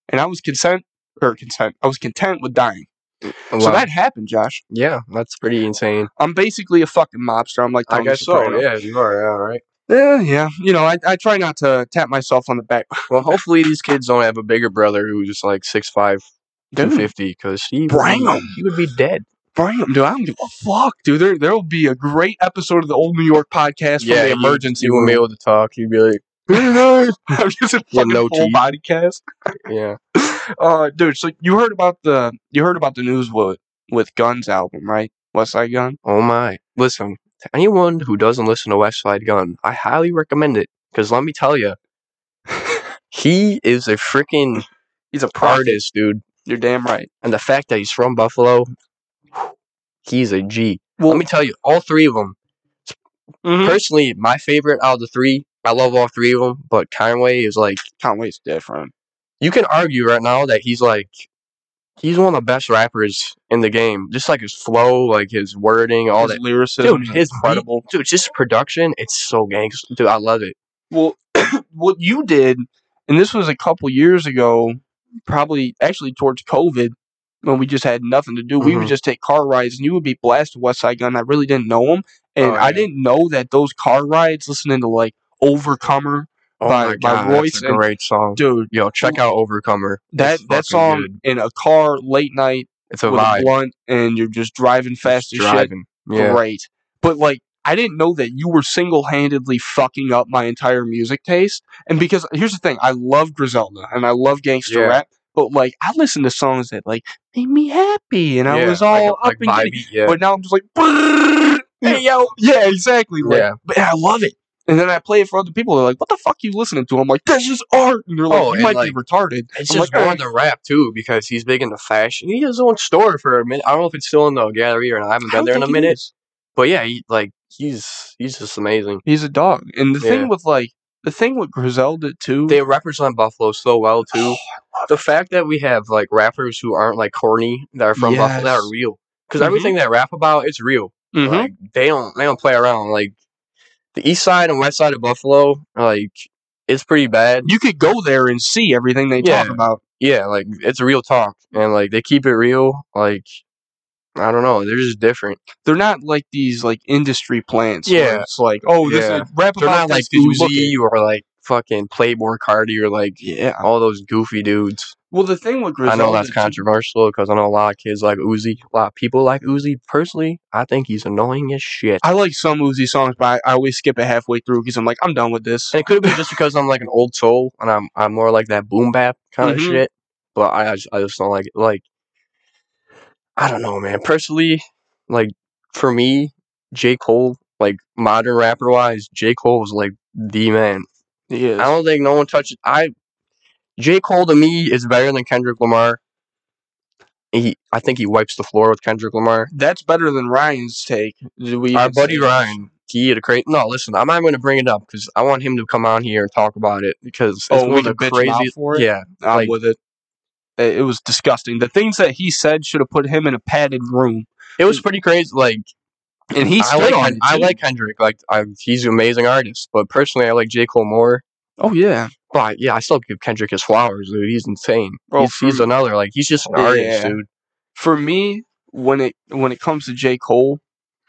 And I was consent or content. I was content with dying. So Oh, Wow. that happened, Josh. yeah, that's pretty insane. I'm basically a fucking mobster. I'm like Tony Soprano. Yeah, you are. Yeah, all right. yeah, yeah. You know, I, I try not to tap myself on the back. (sighs) Well, hopefully these kids don't have a bigger brother who's like 6'5", Dude, 250, because he Bring would 'em. be, he would be dead. bring 'em, dude. I don't give a fuck, dude. There, there'll be a great episode of the Old New York podcast from the you- emergency You wouldn't be room. able to talk. You'd be like, Very nice. (laughs) I'm (laughs) just in With fucking no full teeth. body cast. (laughs) Yeah. Uh, dude. So you heard about the you heard about the news with with Guns album, right? West Side Gun. Oh my. Listen, to anyone who doesn't listen to West Side Gun, I highly recommend it. Because let me tell you, he is a freaking He's a prophet. artist, dude. You're damn right. And the fact that he's from Buffalo, he's a G. Well- let me tell you, all three of them. mm-hmm. Mm-hmm. Personally, my favorite out of the three, I love all three of them, but Conway is like, Conway's different. you can argue right now that he's like, he's one of the best rappers in the game. Just like his flow, like his wording, all His that. lyricism Dude, is his beat incredible. dude, just production, it's so gangster. Dude, I love it. Well, (coughs) what you did, and this was a couple years ago, probably actually towards COVID, when we just had nothing to do. We would Mhm. just take car rides, and you would be blasted West Side Gun. I really didn't know him, and Oh, I yeah. didn't know that those car rides, listening to like Overcomer, Oh By- my by god, Royce that's a and- great song. dude, Yo, check out Overcomer. that It's that fucking song good. in a car late night It's a with vibe. a blunt, and you're just driving fast Just as shit. driving. Yeah. great. But like, I didn't know that you were single handedly fucking up my entire music taste. And because here's the thing, I love Griselda and I love gangster Yeah. rap, but like, I listen to songs that like make me happy, and I Yeah, was like all a- up like and getting. vibey, yeah. But now I'm just like, "Brrrr, hey yo, yeah, exactly. Like, Yeah. but I love it. And then I play it for other people. They're like, "What the fuck you listening to?" I'm like, "This is art," and they're like, Oh, "You and, might like, be retarded." It's I'm just like, "Oh, going to rap too because he's big into fashion. He has his own store for a minute. I don't know if it's still in the gallery or not. I haven't I been don't there in a think it minute. is. But yeah, he, like he's he's just amazing. He's a dog. And the Yeah. thing with like the thing with Griselda too. They represent Buffalo so well Oh, too. the fact that we have like rappers who aren't like corny that are from Buffalo that Yes. are real because Mhm. everything they rap about it's real. Mhm. Like they don't they don't play around. Like the east side and west side of Buffalo, like it's pretty bad. you could go there and see everything they talk Yeah. about. yeah, like it's real talk, and like they keep it real. Like I don't know, they're just different. They're not like these like industry plants. where Yeah. it's like oh, this Yeah. is rap They're about not like this, did you look Uzi or like fucking Playboy Cardi or like at- Yeah. all those goofy dudes. Well, the thing with I Griselda, know that's too- controversial because I know a lot of kids like Uzi. A lot of people like Uzi. Personally, I think he's annoying as shit. I like some Uzi songs, but I, I always skip it halfway through because I'm like, I'm done with this. And it could be just because I'm like an old soul and I'm I'm more like that boom bap kind Mhm. of shit. But I I just, I just don't like it. Like I don't know, man. Personally, like for me, J Cole, like modern rapper wise, J Cole is like the man. I Yeah, don't think no one touches. I J Cole to me is better than Kendrick Lamar. He I think he wipes the floor with Kendrick Lamar. that's better than Ryan's take. Did we Our even say buddy that? Ryan. He had a crazy. No, listen, I'm not going to bring it up because I want him to come on here and talk about it because it's Oh, one we of the can bitch him out craziest. for it? Yeah, I'm like- with it. It it was disgusting. The things that he said should have put him in a padded room, It was pretty crazy. Like and he I stood like on Hen- it, I too. like Hendrick. Like I, he's an amazing artist, but personally, I like J Cole more. Oh yeah, But yeah, I still give Kendrick his flowers, dude. He's insane. Bro, he's, for he's me- another like he's just an Yeah. artist, dude. for me, when it when it comes to J. Cole,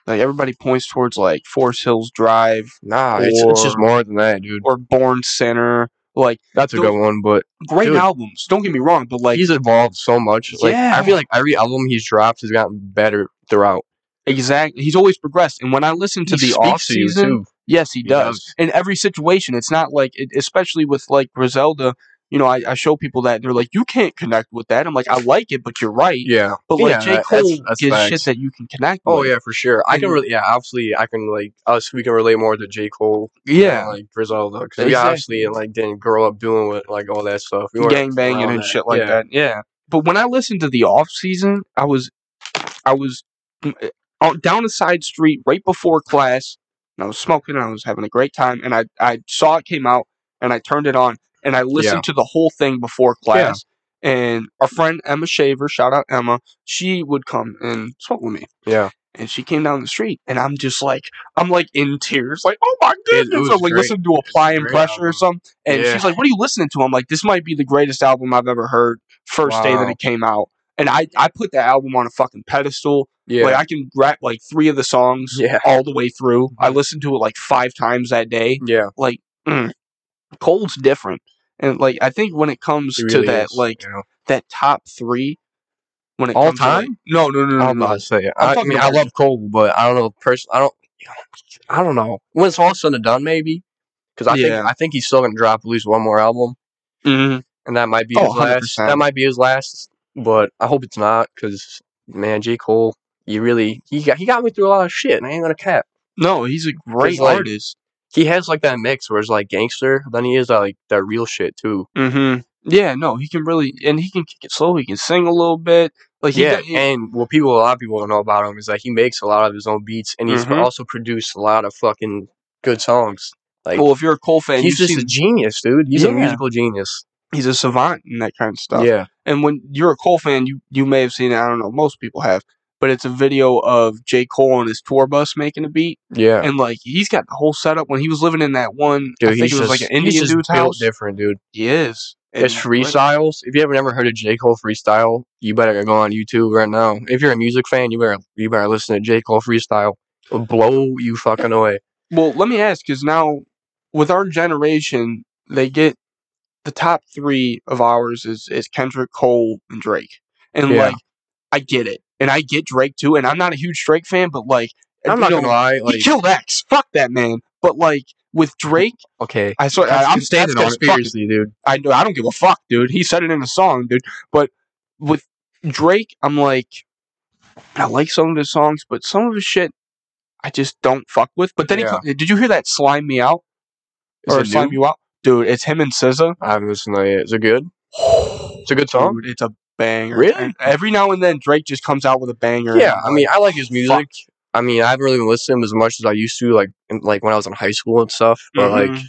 like everybody points towards like Forest Hills Drive Nah, it's, it's just Or- more than that, dude. or Born Center. Like That's a those- good one, but great Dude. albums. Don't get me wrong, but like he's evolved so much. Like I Yeah. feel like every album he's dropped has gotten better throughout. exactly, he's always progressed. And when I listen to He the speaks off to you, season, too. yes, he, He does. does. In every situation, it's not like, it, especially with like Griselda. You know, I, I show people that and they're like, "You can't connect with that." I'm like, "I like it, but you're right." Yeah. But like Yeah, J that's- Cole that's gives shit facts. that you can connect. Oh with. yeah, for sure. I can And- really, yeah, obviously, I can like us. We can relate more to J Cole yeah. yeah. like Griselda because we Exactly. obviously like didn't grow up doing with like all that stuff. We weren't gang banging around and that. shit like Yeah. that. Yeah. But when I listened to the off season, I was, I was mm, out- down a side street right before class, and I was smoking and I was having a great time, and I I saw it came out and I turned it on and I listened to the whole thing before class. And our friend Emma Shaver, shout out Emma, she would come and smoke with me. Yeah, And she came down the street, and I'm just like, I'm like in tears, like, oh my Dude, it goodness! was I'm like great. listening to applying great pressure or album. something, and Yeah. she's like, "What are you listening to?" I'm like, "This might be the greatest album I've ever heard." First day that Wow. it came out, and I I put that album on a fucking pedestal. yeah, Like I can rap like three of the songs (laughs) Yeah. all the way through. I Mhm. listened to it like five times that day. yeah. Like, mm, Cole's different, and like I think when it comes he to really that is, like you know. that top three, when it All comes to, like- time? no, Oh, no, no, I no, don't know how no. to say it. mm-hmm. I'm I, I talking mean, I about- love Cole, but I don't know. Person, I don't. I don't know. When it's all said and done, maybe because I Yeah. think I think he's still gonna drop at least one more album, Mhm. and that might be Oh, his last. 100%. That might be his last, but I hope it's not because man, J Cole, you really he got he got me through a lot of shit, and I ain't gonna cap. No, he's a great like- artist. He has like that mix where it's like gangster, then he is uh, like that real shit too. Mm-hmm. Yeah, no, he can really and he can kick it slow. He can sing a little bit. Like he yeah, got- he- and what people a lot of people don't know about him is that he makes a lot of his own beats, and he's Mhm. also produced a lot of fucking good songs. Like well, if you're a Cole fan, he's you've seen, just a genius, dude. He's a Yeah. musical genius. he's a savant and that kind of stuff. Yeah, And when you're a Cole fan, you you may have seen it. I don't know. Most people have, but it's a video of J Cole on his tour bus making a beat, yeah. and like he's got the whole setup. When he was living in that one, Dude, I think he's it was like just- an Indian he's just dude's built house. different, dude. He is. And His freestyles. If you ever never heard of J Cole freestyle, you better go on YouTube right now. If you're a music fan, you better you better listen to J Cole freestyle. It'll blow you (laughs) fucking away. Well, let me ask because now with our generation, they get the top three of ours is is Kendrick, Cole, and Drake, and Yeah. like I get it, and I get Drake too, and I'm not a huge Drake fan, but like I'm you not know, gonna lie. he Like, killed X, fuck that man, but like with Drake, okay, I swear I, I'm That's- that's standing on it. Fuck, conspiracy, dude. I know I don't give a fuck, dude. He said it in a song, dude. But with Drake, I'm like, I like some of his songs, but some of his shit, I just don't fuck with. But then Yeah. he, co- did you hear that slime me out Is or it slime new? you out, dude? It's him and (gasps) SZA. I haven't listened to it. yet. Is it good? It's a good song. Dude, it's a banger. Really? And every now and then Drake just comes out with a banger. Yeah, and I I'm mean, like, I like his fuck. music. I mean, I haven't really been listening as much as I used to, like in, like when I was in high school and stuff. But like, Mhm.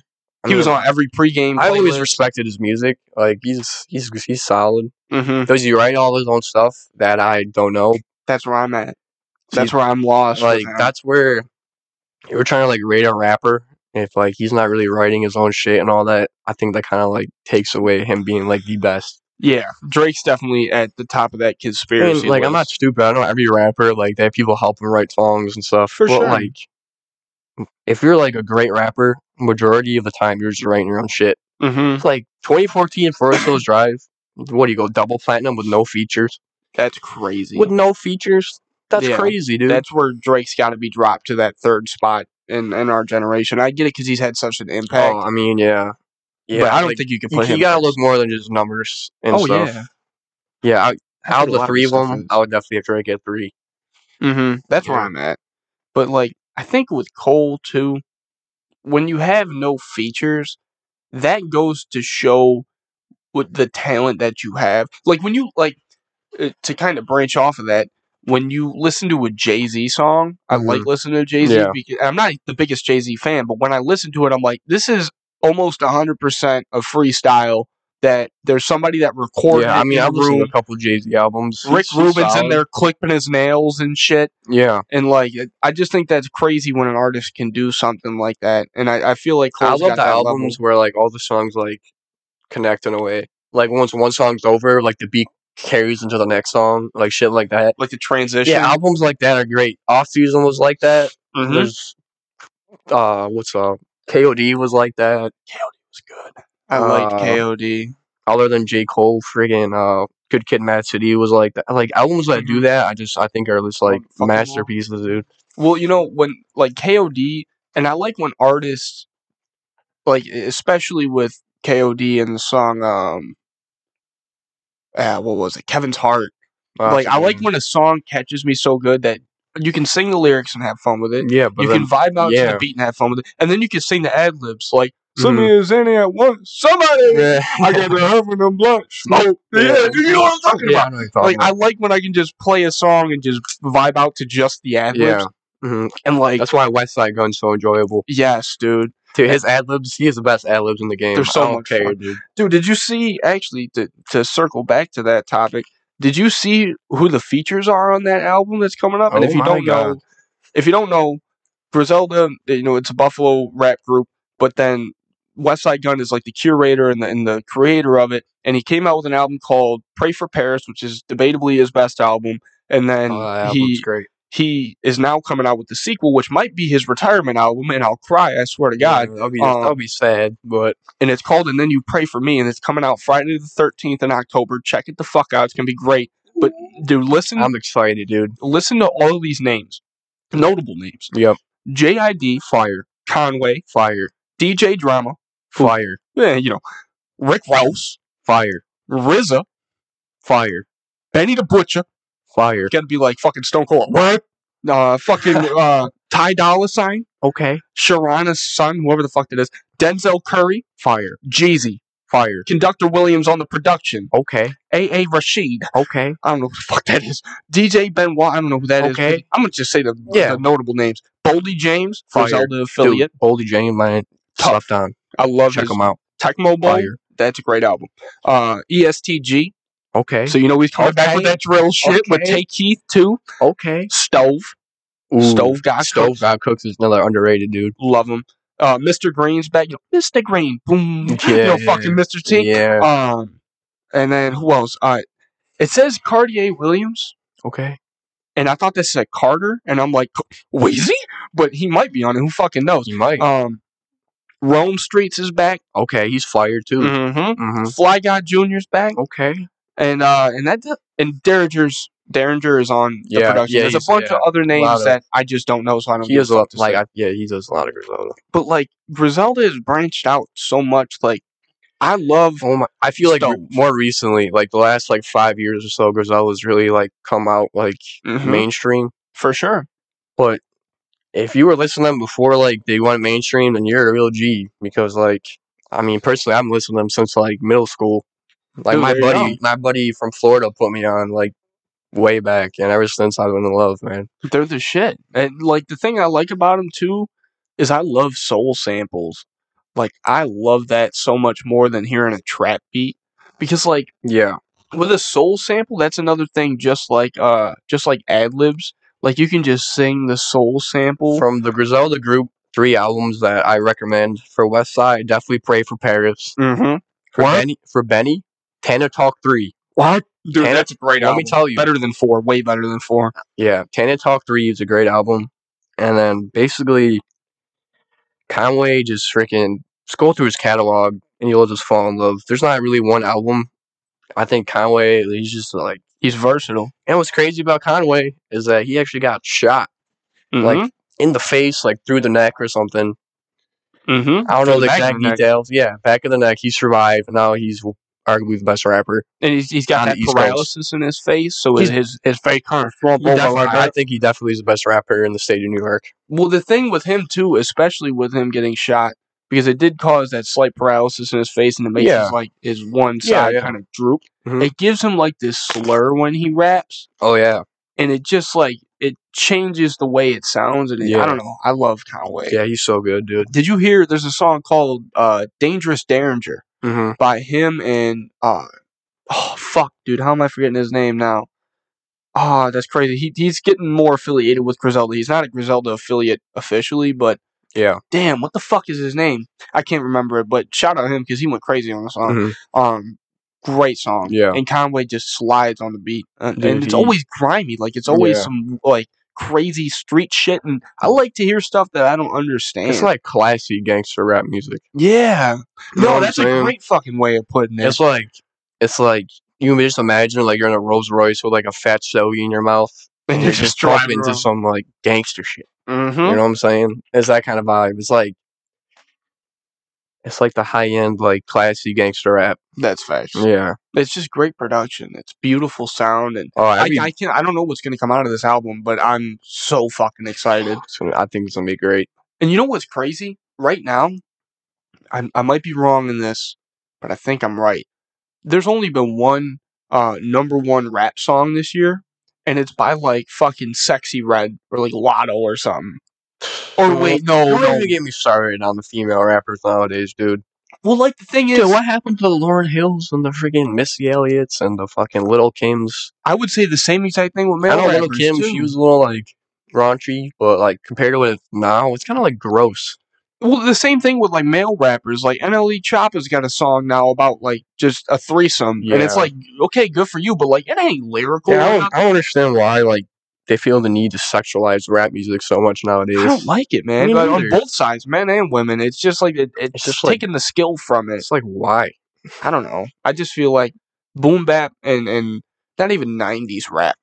I he mean, was on every pregame. I always playlist. respected his music. Like he's he's he's solid. Mhm. Does he write all his own stuff that I don't know? That's where I'm at. See, That's where I'm lost. Like man. that's where you were trying to like rate a rapper. If like he's not really writing his own shit and all that, I think that kind of like takes away him being like the best. yeah. Drake's definitely at the top of that I mean, conspiracy. like I'm not list. stupid. I know every rapper like they have people help them write songs and stuff. For but sure. like if you're like a great rapper, majority of the time you're just writing your own shit. Mhm. It's like 2014 Forest Hills Drive. What do you go double platinum with no features? That's crazy. With no features, that's Yeah. crazy, dude. That's where Drake's got to be dropped to that third spot in in our generation. I get it because he's had such an impact. oh, I mean, yeah, yeah. but I don't like, think you can you, put him. you gotta next. look more than just numbers and Oh stuff. yeah. Yeah, I, I out think of a lot the of three his of stuff them, is- I would definitely have Drake at three. Mm-hmm. That's where Yeah. I'm at. But like, I think with Cole too, when you have no features, that goes to show what the talent that you have. Like when you like uh, to kind of branch off of that. When you listen to a Jay Z song, I like listening to Jay Z. Mm-hmm. Yeah. Because, I'm not the biggest Jay Z fan, but when I listen to it, I'm like, this is almost 100% of freestyle. That there's somebody that recorded yeah, I it mean, in a I've listened to room. a couple Jay Z albums. Rick He's- he's Rubin's in solid. there clipping his nails and shit. Yeah, And like, it- I just think that's crazy when an artist can do something like that. And I, I feel like I Cole's love got the that albums where like all the songs like connect in a way. Like once one song's over, like the beat carries into the next song, like shit like that. level, like the transition. Yeah, mm-hmm. albums like that are great. Off season was like that. Mhm. There's uh what's uh KOD was like that. It's good. I like Uh, K.O.D. Other than J. Cole, friggin' uh Good Kid Mad City was like that. Like albums that do Mhm. that, I just I think are just like Fucking wall. masterpieces, dude. Well, you know when like K.O.D. and I like when artists, like e, especially with K.O.D. and the song, um, uh, what was it? Kevin's Heart. Uh, like I like when a song catches me so good that you can sing the lyrics and have fun with it. (laughs) yeah, but you can then, vibe out to yeah. the beat and have fun with it, and then you can sing the ad libs like. Mm-hmm. Mhm. Somebody is in here. What? Somebody (laughs) I got the oven and blood smoke. (laughs) Yeah, Oh, Yeah. do you know what I'm talking Yeah, I about? know what you're talking Like about. I like when I can just play a song and just vibe out to just the ad libs Yeah. hmm and like That's why West Side Gun's so enjoyable. yes, dude. Dude, his ad libs, he is the best ad libs in the game. They're so I don't much care, fun. dude. Dude, did you see actually to to circle back to that topic? Did you see who the features are on that album that's coming up? and Oh if you my don't know, God. if you don't know, Griselda, you know, it's a Buffalo rap group, but then West Side Gun is like the curator and the, and the creator of it. And he came out with an album called Pray for Paris, which is debatably his best album. And then Oh, that album's he great. he is now coming out with the sequel, which might be his retirement album. And I'll cry, I swear to God. Yeah, that'll be um, that'll be sad, but And it's called And Then You Pray for Me. And it's coming out Friday the 13th in October. Check it the fuck out. It's going to be great. But, dude, listen, I'm excited, dude. listen to all of these names, notable names Yep. JID, Fire. Conway, Fire. DJ Drama, Fire. yeah, you know, Rick Rouse, Fire. RZA, Fire. Benny the Butcher. Fire. Got to be like fucking Stone Cold. What? Uh, fucking uh, Ty Dolla Sign, Okay. Sharana's son, whoever the fuck that is, Denzel Curry, Fire. Jeezy, Fire. Conductor Williams on the production, Okay. A.A. Rashid. Okay. I don't know who the fuck that is. DJ Benoit. I don't know who that is, Okay. but I'm gonna just say the, Yeah. the notable names. Boldy James, Fire. Griselda affiliate. Dude, Boldy James, man. Tough. Slept on. I love Check his him out. Tecmo Bowl. Fire. That's a great album. Uh, ESTG. Okay. So you know he's coming back Okay. with that drill shit with Okay. Take Keith too. Okay. Stove, Stove guy, Stove Stove, God Cooks is another underrated dude. love him. Uh, Mr. Green's back. You know, Mr. Green, boom. you know, Yeah. fucking Mr. T. Yeah. Um, and then who else? Uh, it says Cartier Williams, Okay. and I thought this said Carter, and I'm like, (laughs) Wheezy, but he might be on it. Who fucking knows? He might. Um, Rome Streets is back. Uh, okay. He's fire too. Mm-hmm. Mhm. Fly Guy Junior's back, Okay. and uh, and that and Derringer's Derringer is on the Yeah, production. yeah, There's a he's- bunch yeah. of other names lot of- that I just don't know, so I don't. He give does a fuck lot. to Like say. I, yeah, he does a lot of Griselda. but like Griselda has branched out so much. Like I love Oh my! I feel like re- Stove. more recently, like the last like five years or so, Griselda's really like come out like Mhm. mainstream. for sure. If you were listening to them before, like they went mainstream, then you're a real G because like I mean, personally, I'm listening to them since like middle school. Like Dude, my there you buddy, my buddy from Florida put me on like way back, and ever since I've been in love, man. They're the shit. And like the thing I like about them too is I love soul samples. Like I love that so much more than hearing a trap beat because like Yeah, with a soul sample, that's another thing. Just like uh, just like ad libs. Like you can just sing the soul sample. from the Griselda group, three albums that I recommend for West Side, definitely pray for Paris. mm-hmm. For What? Benny, for Benny, Tana Talk Three. What? Dude, Tana- that's a great let album. me tell you, Better than four. Way better than four. Yeah, Tana Talk 3 is a great album. And then basically, Conway just freaking scroll through his catalog and you'll just fall in love. There's not really one album. I think Conway, he's just like. He's versatile. And what's crazy about Conway is that he actually got shot, Like, like in the face, like through the neck or something. mm-hmm. I don't know the Back of exact the neck. details. Yeah, back of the neck. He survived. Now he's arguably the best rapper. and he's, he's got On that the East Coast. paralysis in his face, so He's- his his face kind of He slump over defi- like I that. think he definitely is the best rapper in the state of New York. Well, the thing with him too, especially with him getting shot, because it did cause that slight paralysis in his face, and it makes Yeah. his like his one Yeah, side yeah. kind of droop. Mhm. It gives him like this slur when he raps, Oh, yeah. and it just like it changes the way it sounds. And it, I Yeah. don't know, I love Conway. Yeah, he's so good, dude. Did you hear? There's a song called uh, "Dangerous Derringer." Mm-hmm. by him and uh oh fuck dude how am i forgetting his name now ah that's crazy he, he's getting more affiliated with griselda he's not a griselda affiliate officially but Yeah. damn what the fuck is his name i can't remember it but shout out him because he went crazy on the song Mhm. um great song Yeah. and conway just slides on the beat and, Dude, and it's he- always grimy like it's always Yeah. some like crazy street shit and i like to hear stuff that i don't understand It's like classy gangster rap music. yeah You know what no I'm that's a saying? great fucking way of putting it It's like it's like you can just imagine like you're in a Rolls Royce with like a fat stogie in your mouth (laughs) and and you're you're just just driving bumping into around. some like gangster shit. Mm-hmm. You know what I'm saying? It's that kind of vibe. It's like it's like the high end like classy gangster rap. That's facts. Yeah. It's just great production. It's beautiful sound, and Oh, I, I, I can I don't know what's gonna come out of this album, but I'm so fucking excited. (laughs) I think it's gonna be great. And you know what's crazy? Right now, I I might be wrong in this, but I think I'm right. There's only been one uh number one rap song this year, and it's by like fucking Sexy Red or like Lotto or something. Or wait, no, Don't no. even get me started on the female rappers nowadays, dude. Well, like the thing is, Dude, what happened to the Lauren Hills and the freaking Missy Elliott's and the fucking Little Kims? I would say the same exact thing with I male know Little rappers Kim, too. she was a little like raunchy, but like compared to with now, it's kind of like gross. Well, the same thing with like male rappers. Like NLE Choppa's got a song now about like just a threesome, and it's Yeah. like okay, good for you, but like it ain't lyrical. Yeah, I I'm don't, not- I don't understand why like they feel the need to sexualize rap music so much nowadays. I don't like it, man. Me But on neither. both sides, men and women, it's just like it, it's, It's just, like- taking the skill from it. it's like why? I don't know. I just feel like boom bap and and not even '90s rap,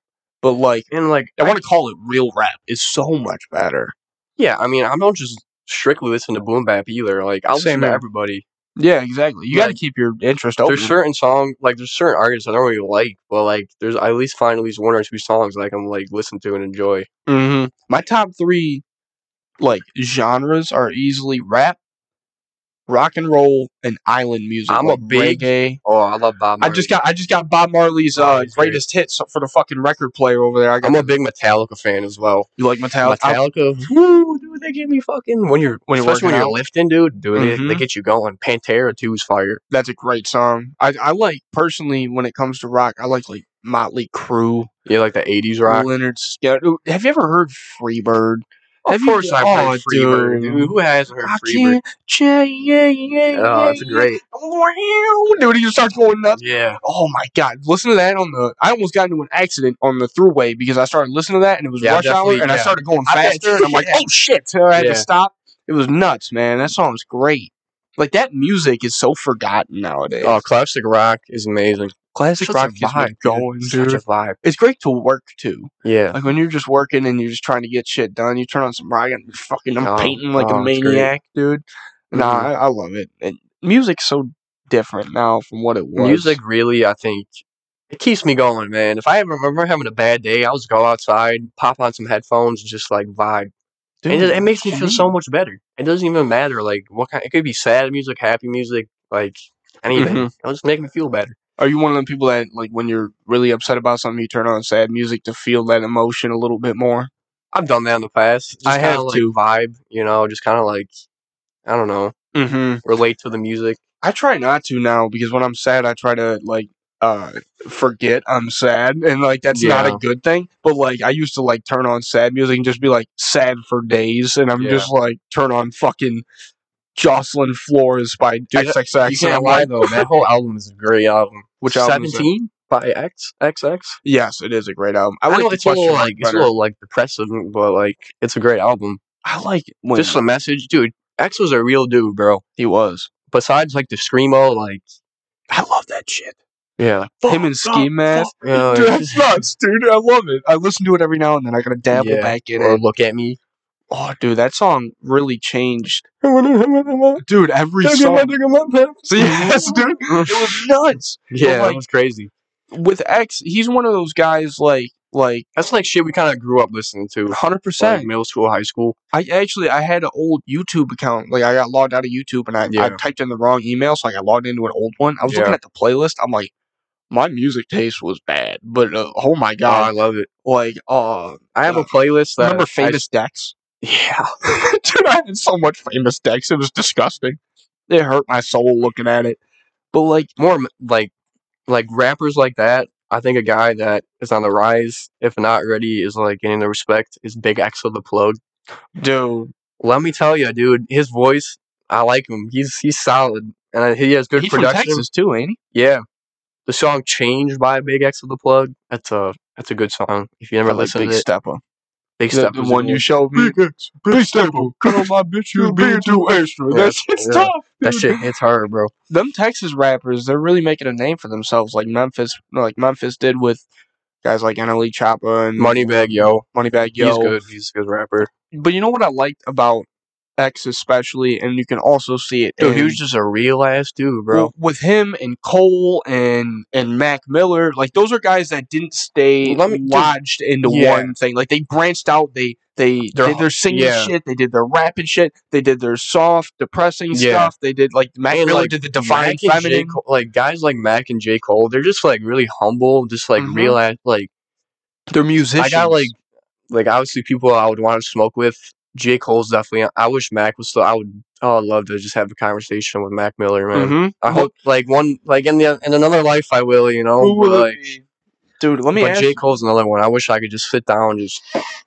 but like And like, I want to call it real rap is so much better. yeah, I mean, I don't just strictly listen to boom bap either. Like I listen Same to here. everybody. Yeah, exactly. You got to Like, keep your interest open. There's certain song like there's certain artists I don't really like, but like there's I at least find at least one or two songs like I'm like listen to and enjoy. hmm My top three like genres are easily rap, rock and roll, and island music. I'm a like big- reggae. Oh, I love Bob. I just got I just got Bob Marley's Oh, uh, he's great. greatest hits for the fucking record player over there. I got I'm a big Metallica fan as well. you like Metallica? Metallica, woo, dude, they give me fucking when you're When when you're you're especially when working you're out. lifting, dude, dude, they, they Mhm. get you going. Pantera 2's fire. That's a great song. I, I like personally when it comes to rock, I like like Motley Crue, Yeah, like the '80s rock. Leonard Skinner. Have you ever heard Freebird? Have Of you- course, I've oh, heard Freebird. dude. Dude. Who hasn't heard I Freebird? can't. Yeah, yeah, yeah. Oh, yeah, it's great. Wow. Dude, he just starts going nuts. Yeah, Oh my god! Listen to that on the. I almost got into an accident on the throughway because I started listening to that and it was Yeah, rush hour definitely, and I yeah. started going I bet- faster and I'm like, (laughs) yeah. oh shit! So I had Yeah. to stop. It was nuts, man. That song's great. Like that music is so forgotten nowadays. oh, classic rock is amazing. classic Such rock a is vibe, dude. going, Such a dude. vibe. It's great to work too. Yeah, Like when you're just working and you're just trying to get shit done, you turn on some rock and fucking I'm Oh, painting like a oh, it's great. maniac, dude. Nah, Mhm. I, I love it. And music's so different now from what it was. music really, I think, it keeps me going, man. If I ever remember having a bad day, I'll just go outside, pop on some headphones, and just like vibe. dude, it, just- it makes me feel so man. much better. It doesn't even matter like what kind. It could be sad music, happy music, like anything. Mhm. It'll just make me feel better. Are you one of them people that like when you're really upset about something, you turn on sad music to feel that emotion a little bit more? I've done that in the past. Just I kinda, have like, too. Vibe, you know, just kind of like I don't know, Mm-hmm. relate to the music. I try not to now because when I'm sad, I try to like uh forget I'm sad, (laughs) and like that's not Yeah. a good thing. But like I used to like turn on sad music and just be like sad for days, and I'm Yeah. just like turn on fucking Jocelyn Flores by Dude, XXX. you and can't I'm lie like, though. That whole album is a great album. Which album is that? Seventeen by X XX. yes, it is a great album. I, I, like know the it's a little question mark like it's a better. little like depressive, but like it's a great album. I like it when Just a message, dude. X was a real dude, bro. he was. Besides like the screamo, like I love that shit. yeah, Him and Ski Mask. yeah Dude, it's that's (laughs) nuts, dude. I love it. I listen to it every now and then. I gotta dabble Yeah, back in or it. look at (laughs) me. Oh, dude, that song really changed. yeah, Dude, every song (laughs) (laughs) So yes, dude, it was nuts. that like- was crazy. With X, he's one of those guys like like That's like shit we kind of grew up listening to, hundred like percent. middle school, high school. I actually I had an old YouTube account. Like I got logged out of YouTube and I, I Yeah. typed in the wrong email, so I got logged into an old one. I was looking Yeah. at the playlist. I'm like, my music taste was bad, but uh, oh my Oh, I god, love it. like uh, I have a playlist that remember I- famous Dex? (laughs) yeah, (laughs) dude, I had so much famous Dex. It was disgusting. It hurt my soul looking at it. But like, more m- like like rappers like that. I think a guy that is on the rise, if not already, is like getting the respect. Is Big X of the plug. dude, Let me tell you, dude, his voice. I like him. He's he's solid, and he has good he's from production. Texas too, ain't he? Yeah. The song Change by Big X of the Plug. That's a that's a good song. If you I never like listened Big to it, Stepper. Big The- Step the was one in you it. showed me. Big staple. Cut on my bitch, you being too extra. That That's- shit's yeah. tough. That dude. shit hits hard, bro. Them Texas rappers, they're really making a name for themselves, like Memphis, like Memphis did with guys like NLE Choppa and Moneybag Yo. Moneybag He's Yo. good. He's a good rapper. But you know what I liked about X especially, and you can also see it. Dude, he in- was just a real ass dude, bro. w- with him and Cole and and Mac Miller, like those are guys that didn't stay Let me- dude, lodged into yeah. one thing. Like they branched out. They they They're- did their singing yeah. shit. They did their rapping shit. They did their soft, depressing Yeah. stuff. They did like Mac And, Miller like, did the divine Mac and J. feminine. Cole- like guys like Mac and J. Cole, they're just like really humble, just like Mhm. real ass like They're musicians. I got like like obviously people I would want to smoke with. J. Cole's definitely I wish Mac was still I would oh I'd love to just have a conversation with Mac Miller, man. Mhm. I hope like one like in the in another life I will, you know. Who but, will it like, be? Oh dude. Let me but ask. J. Cole's another one. I wish I could just sit down and just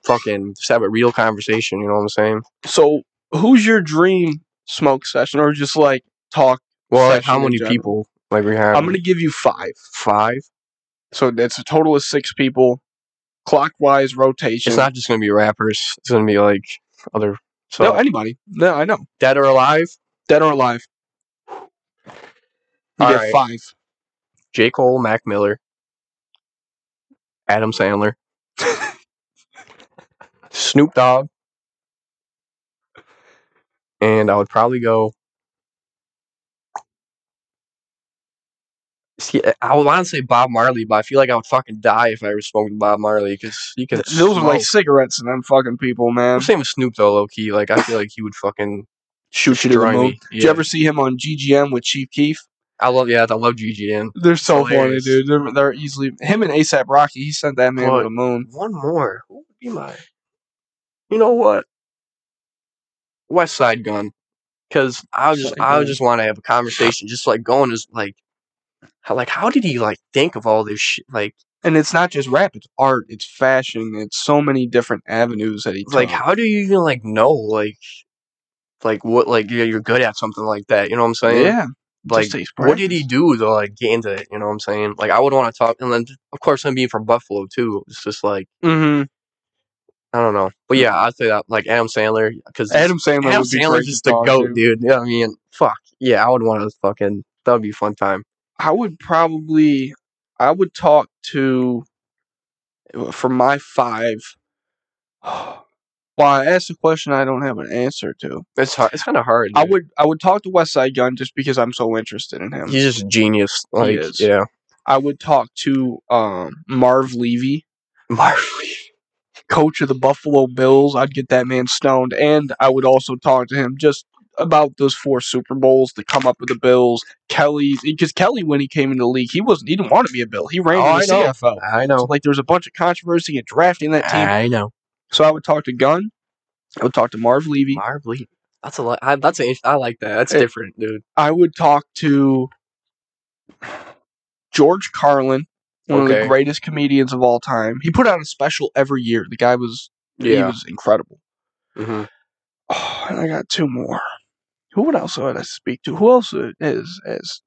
fucking just have a real conversation, you know what I'm saying? so, who's your dream smoke session, or just like talk? Well, like Session how in many general. people like we have I'm gonna give you five. five? So that's a total of six people, clockwise rotation. It's not just gonna be rappers. It's gonna be like other so no anybody. No, I know. dead or alive, Dead or alive. You All get right. five. J. Cole, Mac Miller, Adam Sandler, Snoop Dogg, and I would probably go. See, eh, I would want to say Bob Marley, but I feel like I would fucking die if I ever smoked Bob Marley because you can. Th- Those are like (laughs) smoke. cigarettes and them fucking people, man. I'm saying with Snoop though, low key. Like I feel like he would fucking Shoot you to the destroy moon. me. Did you ever see him on GGM with Chief Keef? I love yeah, I love GGN. They're so Hilarious. funny, dude. They're, they're easily him and ASAP Rocky. He sent that man Boy. to the moon. One more. Who would be my? You know what? West Side Gun, because I was just Side I Gun. would just want to have a conversation, just like going is like, how, like how did he like think of all this shit? Like And it's not just rap; it's art, it's fashion, it's so many different avenues that he took. like how do you even like know like like what like you're, you're good at something like that? You know what I'm saying? yeah, Like just takes what did he practice. do to like get into it? You know what I'm saying? Like I would want to talk, and then of course him being from Buffalo too. It's just like Mhm. I don't know, Mm. but yeah, I'd say that like Adam Sandler because Adam Sandler Adam would be Sandler's great just to the talk goat, to. dude. You know what I mean? Fuck. Yeah, I would want to fucking. That would be a fun time. I would probably, I would talk to, uh, for my five. Well, I asked a question I don't have an answer to. It's hard. It's kind of hard. I dude. would, I would talk to West Side Gun just because I'm so interested in him. He's just a genius. Like, is. yeah. (laughs) I would talk to um, Marv Levy. Marley. coach of the Buffalo Bills. I'd get that man stoned, and I would also talk to him just about those four Super Bowls to come up with the Bills. Kelly, because Kelly, when he came into the league, he wasn't he didn't want to be a Bill. He ran Oh, I to the know. CFO. I So, know. like there was a bunch of controversy in drafting that team. I know. so I would talk to Gunn. I would talk to Marv Levy. Marley. That's a lot. I, that's a, I like that. That's It- different, dude. I would talk to George Carlin, one of Okay. the greatest comedians of all time. He put out a special every year. The guy was he Yeah. was incredible. hmm Oh, and I got two more. Who would else would I speak to? Who else has has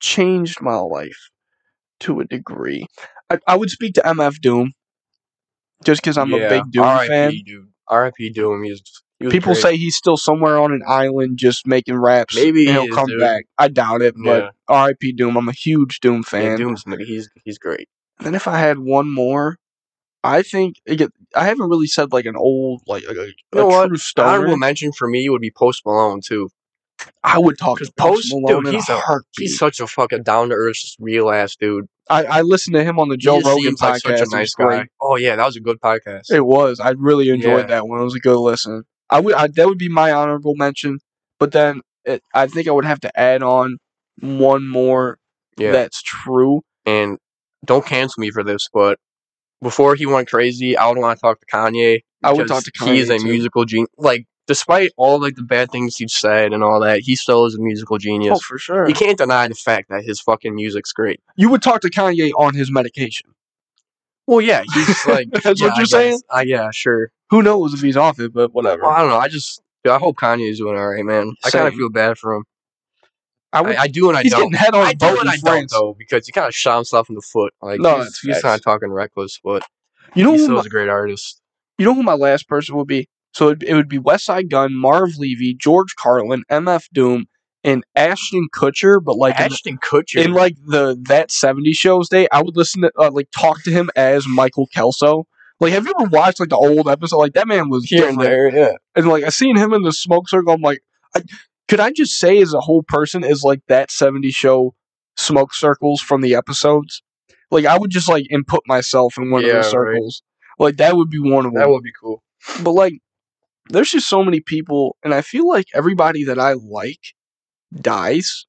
changed my life to a degree? I, I would speak to MF Doom, just because I'm a big Doom R.I.P. fan. Dude. R.I.P. Doom. He's, he was People great. say he's still somewhere on an island just making raps. Maybe he and he'll is, come dude. back. I doubt it, Yeah. but R.I.P. Doom. I'm a huge Doom fan. yeah, Doom's he's he's great. And then if I had one more, I think again, I haven't really said like an old like a, a know what? true Honorable stoner. mention for me would be Post Malone too. I would talk to 'Cause Post Post- Malone dude, in he's a a- heartbeat. He's such a fucking down to earth, real ass dude. I, I listened to him on the He Joe just Rogan seems podcast. like such a It was nice great. guy. Oh yeah, that was a good podcast. It was. I really enjoyed Yeah. that one. It was a good listen. I would. I, that would be my honorable mention. But then it, I think I would have to add on one more yeah, that's true. and don't cancel me for this, but before he went crazy, I would want to talk to Kanye. I would because talk to He's Kanye, a too. musical genius. Like despite all like the bad things he's said and all that, he still is a musical Oh, genius. for sure. You can't deny the fact that his fucking music's great. You would talk to Kanye on his medication. Well, (laughs) yeah, he's like That's yeah, what you're I guess. saying. Uh, yeah, sure. Who knows if he's off it, but whatever. Well, I don't know. I just dude, I hope Kanye's doing all right, man. I kind of Same. feel bad for him. I I, would. I do and I he's don't. getting head on I a do boat and I in don't France. though because he kind of shot himself in the foot. Like No, he's, that's he's facts. kind of talking reckless, but You know he's who still my, is a great artist. you know who my last person would be? So it, it would be West Side Gun, Marv Levy, George Carlin, MF Doom, and Ashton Kutcher. But like in, Ashton Kutcher. in like the that '70s shows day, I would listen to uh, like talk to him as Michael Kelso. Like, have you ever watched like the old episode? Like that man was here and different. there, yeah. and like I seen him in the smoke circle. I'm like, I, could I just say as a whole person is like that '70s show smoke circles from the episodes? Like I would just like input myself in one of Yeah, those right. circles. Like that would be one of them That would be cool. but like there's just so many people and i feel like everybody that i like dies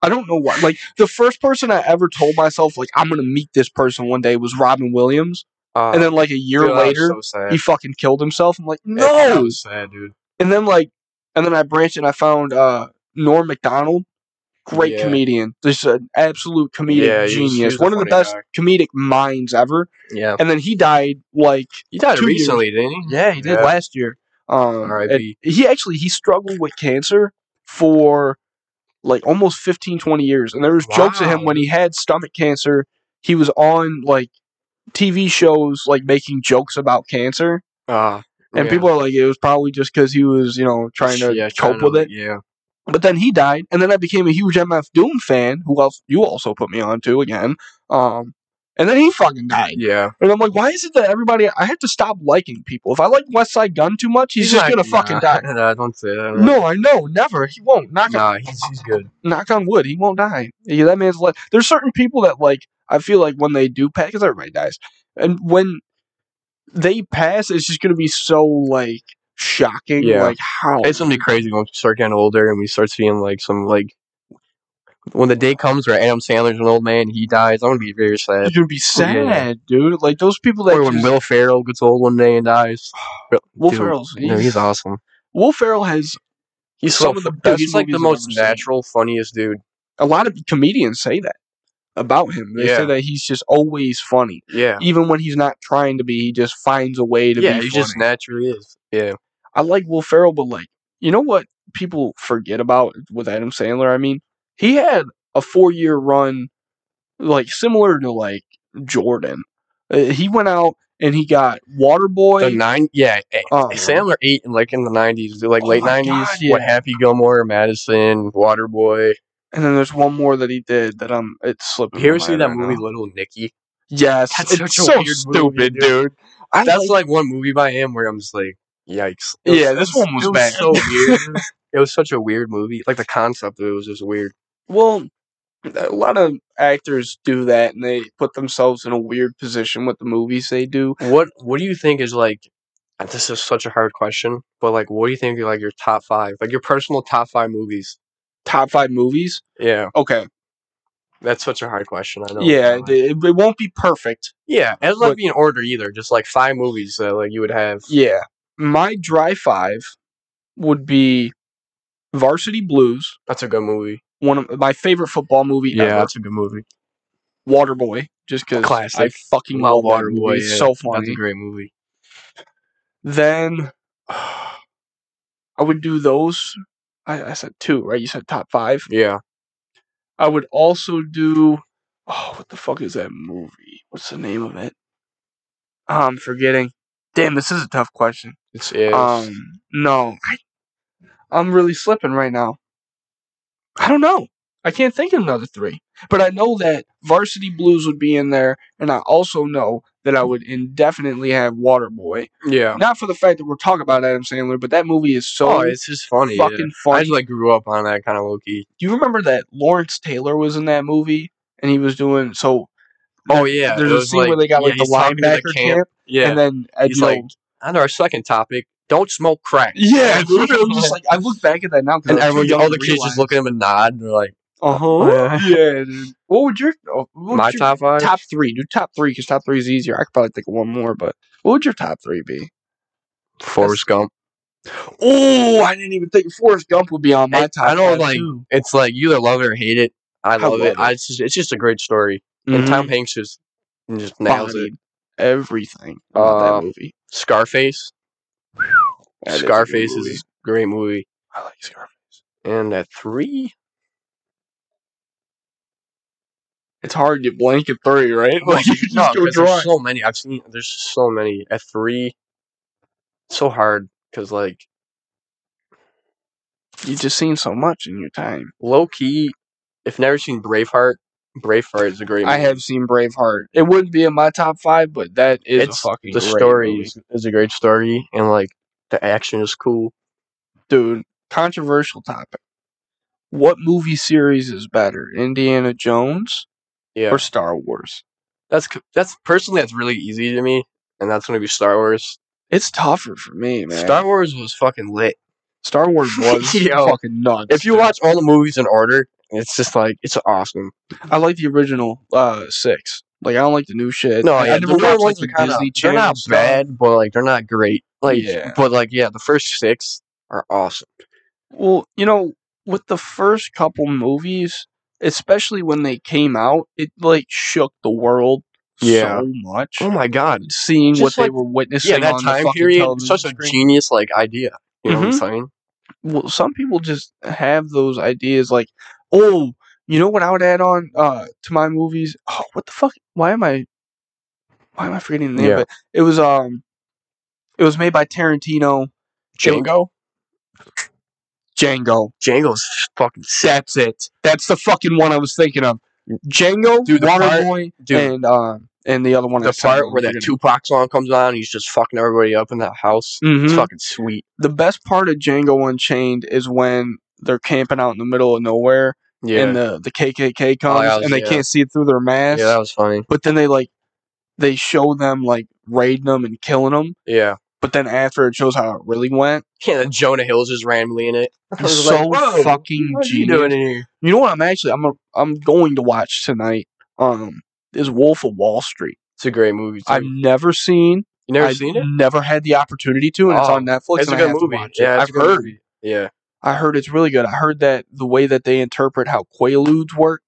i don't know why like the first person i ever told myself like i'm gonna meet this person one day was robin williams Uh, and then like a year dude, that was later so sad. he fucking killed himself i'm like Yeah, that no was sad, dude. and then like and then i branched and i found uh norm mcdonald great Yeah. comedian just an absolute comedic Yeah, he was- he genius was a one of the funny best guy. comedic minds ever Yeah, and then he died like he died Two years. recently, didn't he? yeah, he did Yeah. last year. Um, R.I.P.. and He actually he struggled with cancer for like almost 15, 20 years, and there was jokes of him Wow. when he had stomach cancer. He was on like TV shows, like making jokes about cancer, Uh, and yeah. people are like, it was probably just because he was, you know, trying to Yeah, cope trying to, with it. Yeah, But then he died, and then I became a huge MF Doom fan, who else you also put me on to again. Um, And then he fucking died. Yeah, And I'm like, why is it that everybody? I have to stop liking people. If I like West Side Gun too much, he's, just not- gonna fucking nah, die. (laughs) Nah, don't say that. No, I know, never. He won't. Knock on, nah, he's he's (laughs) good. knock on wood, he won't die. Yeah, that man's like. There's certain people that like. I feel like when they do pass, because everybody dies, and when they pass, it's just gonna be so like shocking. Yeah. Like how It's gonna be crazy when we start getting older and we start seeing like some like when the day comes where Adam Sandler's an old man, he dies. I'm gonna be very sad. it's gonna be sad, Oh, yeah. dude. Like those people that Or when just- Will Ferrell gets old one day and dies. Will dude, Ferrell's. No, he's awesome. Will Ferrell has He's Some so of the fu- dude, best he's like movies the I've most ever seen. natural, funniest dude. a lot of comedians say that about him. They say Yeah. that he's just always funny. Yeah. even when he's not trying to be, he just finds a way to yeah, be. he funny. just naturally is. Yeah. I like Will Ferrell, but like, you know what people forget about with Adam Sandler? I mean, he had a four year run, like similar to like Jordan. Uh, he went out and he got The Waterboy. nine yeah. eh, um, Sandler eight in like in the nineties, like Oh late my nineties, God, what yeah. Happy Gilmore, Madison, Waterboy. and then there's one more that he did that um, it slipped. You my ever see mind that right movie now. Little Nicky? Yes, That's it's such a so weird stupid, movie, dude. dude. I That's like, like one movie by him where I'm just like, yikes. It Yeah, this it one was it bad. so weird. (laughs) it was such a weird movie. Like the concept of it was just weird. well, a lot of actors do that, and they put themselves in a weird position with the movies they do. What What do you think is like? uh, This is such a hard question, but like, what do you think are like your top five, like your personal top five movies? Top five movies. Yeah, Okay. that's such a hard question. I know. yeah, Like, it, it won't be perfect. yeah. It doesn't have but- to be in order either. Just like five movies that like you would have. Yeah. My dry five would be Varsity Blues, That's a good movie. one of my favorite football movie ever. a good movie. Waterboy, just because I Classic. fucking love, Waterboy. Movie. It's yeah. so That's funny. a great movie. (sighs) then I would do those. I, I said two, right? You said top five. Yeah. I would also do. Oh, what the fuck is that movie? What's the name of it? Oh, I'm forgetting. Damn, this is a tough question. It's yeah. it's- Um, no, I, I'm really slipping right now. I don't know. I can't think of another three, but I know that Varsity Blues would be in there, and I also know that I would indefinitely have Waterboy. yeah. Not for the fact that we're talking about Adam Sandler, but that movie is so oh, it's just funny. yeah. fucking funny. I just like grew up on that kind of low key. Do you remember that Lawrence Taylor was in that movie, and he was doing so? Oh yeah, there's it a was, scene where they got yeah, like the he's talking to linebacker camp, Yeah, and then Ed He's like, (laughs) Yo- on our second topic, don't smoke crack. (laughs) yeah, (laughs) dude, I'm just like I look back at that now, 'cause and I was too everyone, young all to the kids just realize. look at him and nod. And they're like, Uh huh. (laughs) (laughs) yeah, dude. What would your oh, what would my your top five. top three? Do top three because top three is easier. I could probably think of one more, but what would your top three be? Forrest Gump. Oh, I didn't even think Forrest Gump would be on my I- top. I don't five, like- too. It's like you either love it or hate it. I love, love it. it. I, it's, just, it's just a great story. Mhm. And Tom Hanks just just nails Bodied it. Mm-hmm. everything about Uh, that movie. Scarface. That is a good Scarface movie. is a great movie. I like Scarface. And at three, It's hard to blank at three, right? (laughs) Like you just No, go 'cause drawing. there's so many. I've seen there's so many. At three, it's so hard because like You've just seen so much in your time. low key, if never seen Braveheart, Braveheart is a great. Movie. I have seen Braveheart. It wouldn't be in my top five, but that is a It's- fucking the great story movie. is, is a great story, and like the action is cool. dude, controversial topic. What movie series is better, Indiana Jones Yeah, or Star Wars? that's c- that's personally that's really easy to me, and that's gonna be Star Wars. It's tougher for me, man. Star Wars was fucking lit. Star (laughs) Wars was Yo. fucking nuts. If you dude. watch all the movies in order, it's just like it's awesome. I like the original uh six. Like I don't like the new shit. No, I, yeah, I never watched like, the are kinda- Disney They're Channel. not stuff. bad, but like they're not great. Like, Yeah. but like yeah, the first six are awesome. Well, you know, with the first couple movies, especially when they came out, it like shook the world Yeah. so much. Oh my god. Seeing Just what they like- were witnessing Yeah, that on the time fucking period, television such a screen. Mm-hmm. genius like idea. You know what I'm saying? well, some people just have those ideas like, oh, you know what I would add on uh, to my movies? Oh, what the fuck? Why am I? Why am I forgetting the name? Yeah. But it was um, it was made by Tarantino. Django. Django. Django's fucking sick. That's it. That's the fucking one I was thinking of. Django, Dude, the part- Waterboy, dude. and um, and the other one. I the said part was where that gonna- Tupac song comes on, he's just fucking everybody up in that house. It's Mhm. fucking sweet. the best part of Django Unchained is when they're camping out in the middle of nowhere Yeah, Oh, and the the KKK comes that was- and they yeah. can't see it through their yeah, mask. that was funny. But then they like they show them like raiding them and killing them. Yeah, (laughs) But then after it shows how it really went, yeah. then Jonah Hill's just randomly in it. I it's was so like, "Whoa, fucking what are you genius. doing in here? You know what? I'm actually I'm a, I'm going to watch tonight. Um, is Wolf of Wall Street. It's a great movie. Too. I've never seen. you never I've seen it? Never had the opportunity to, and it's Oh, on Netflix. It's and a I good have to movie. watch it. Yeah, it's I've a good heard. movie. (laughs) Yeah, I heard it's really good. I heard that the way that they interpret how quaaludes work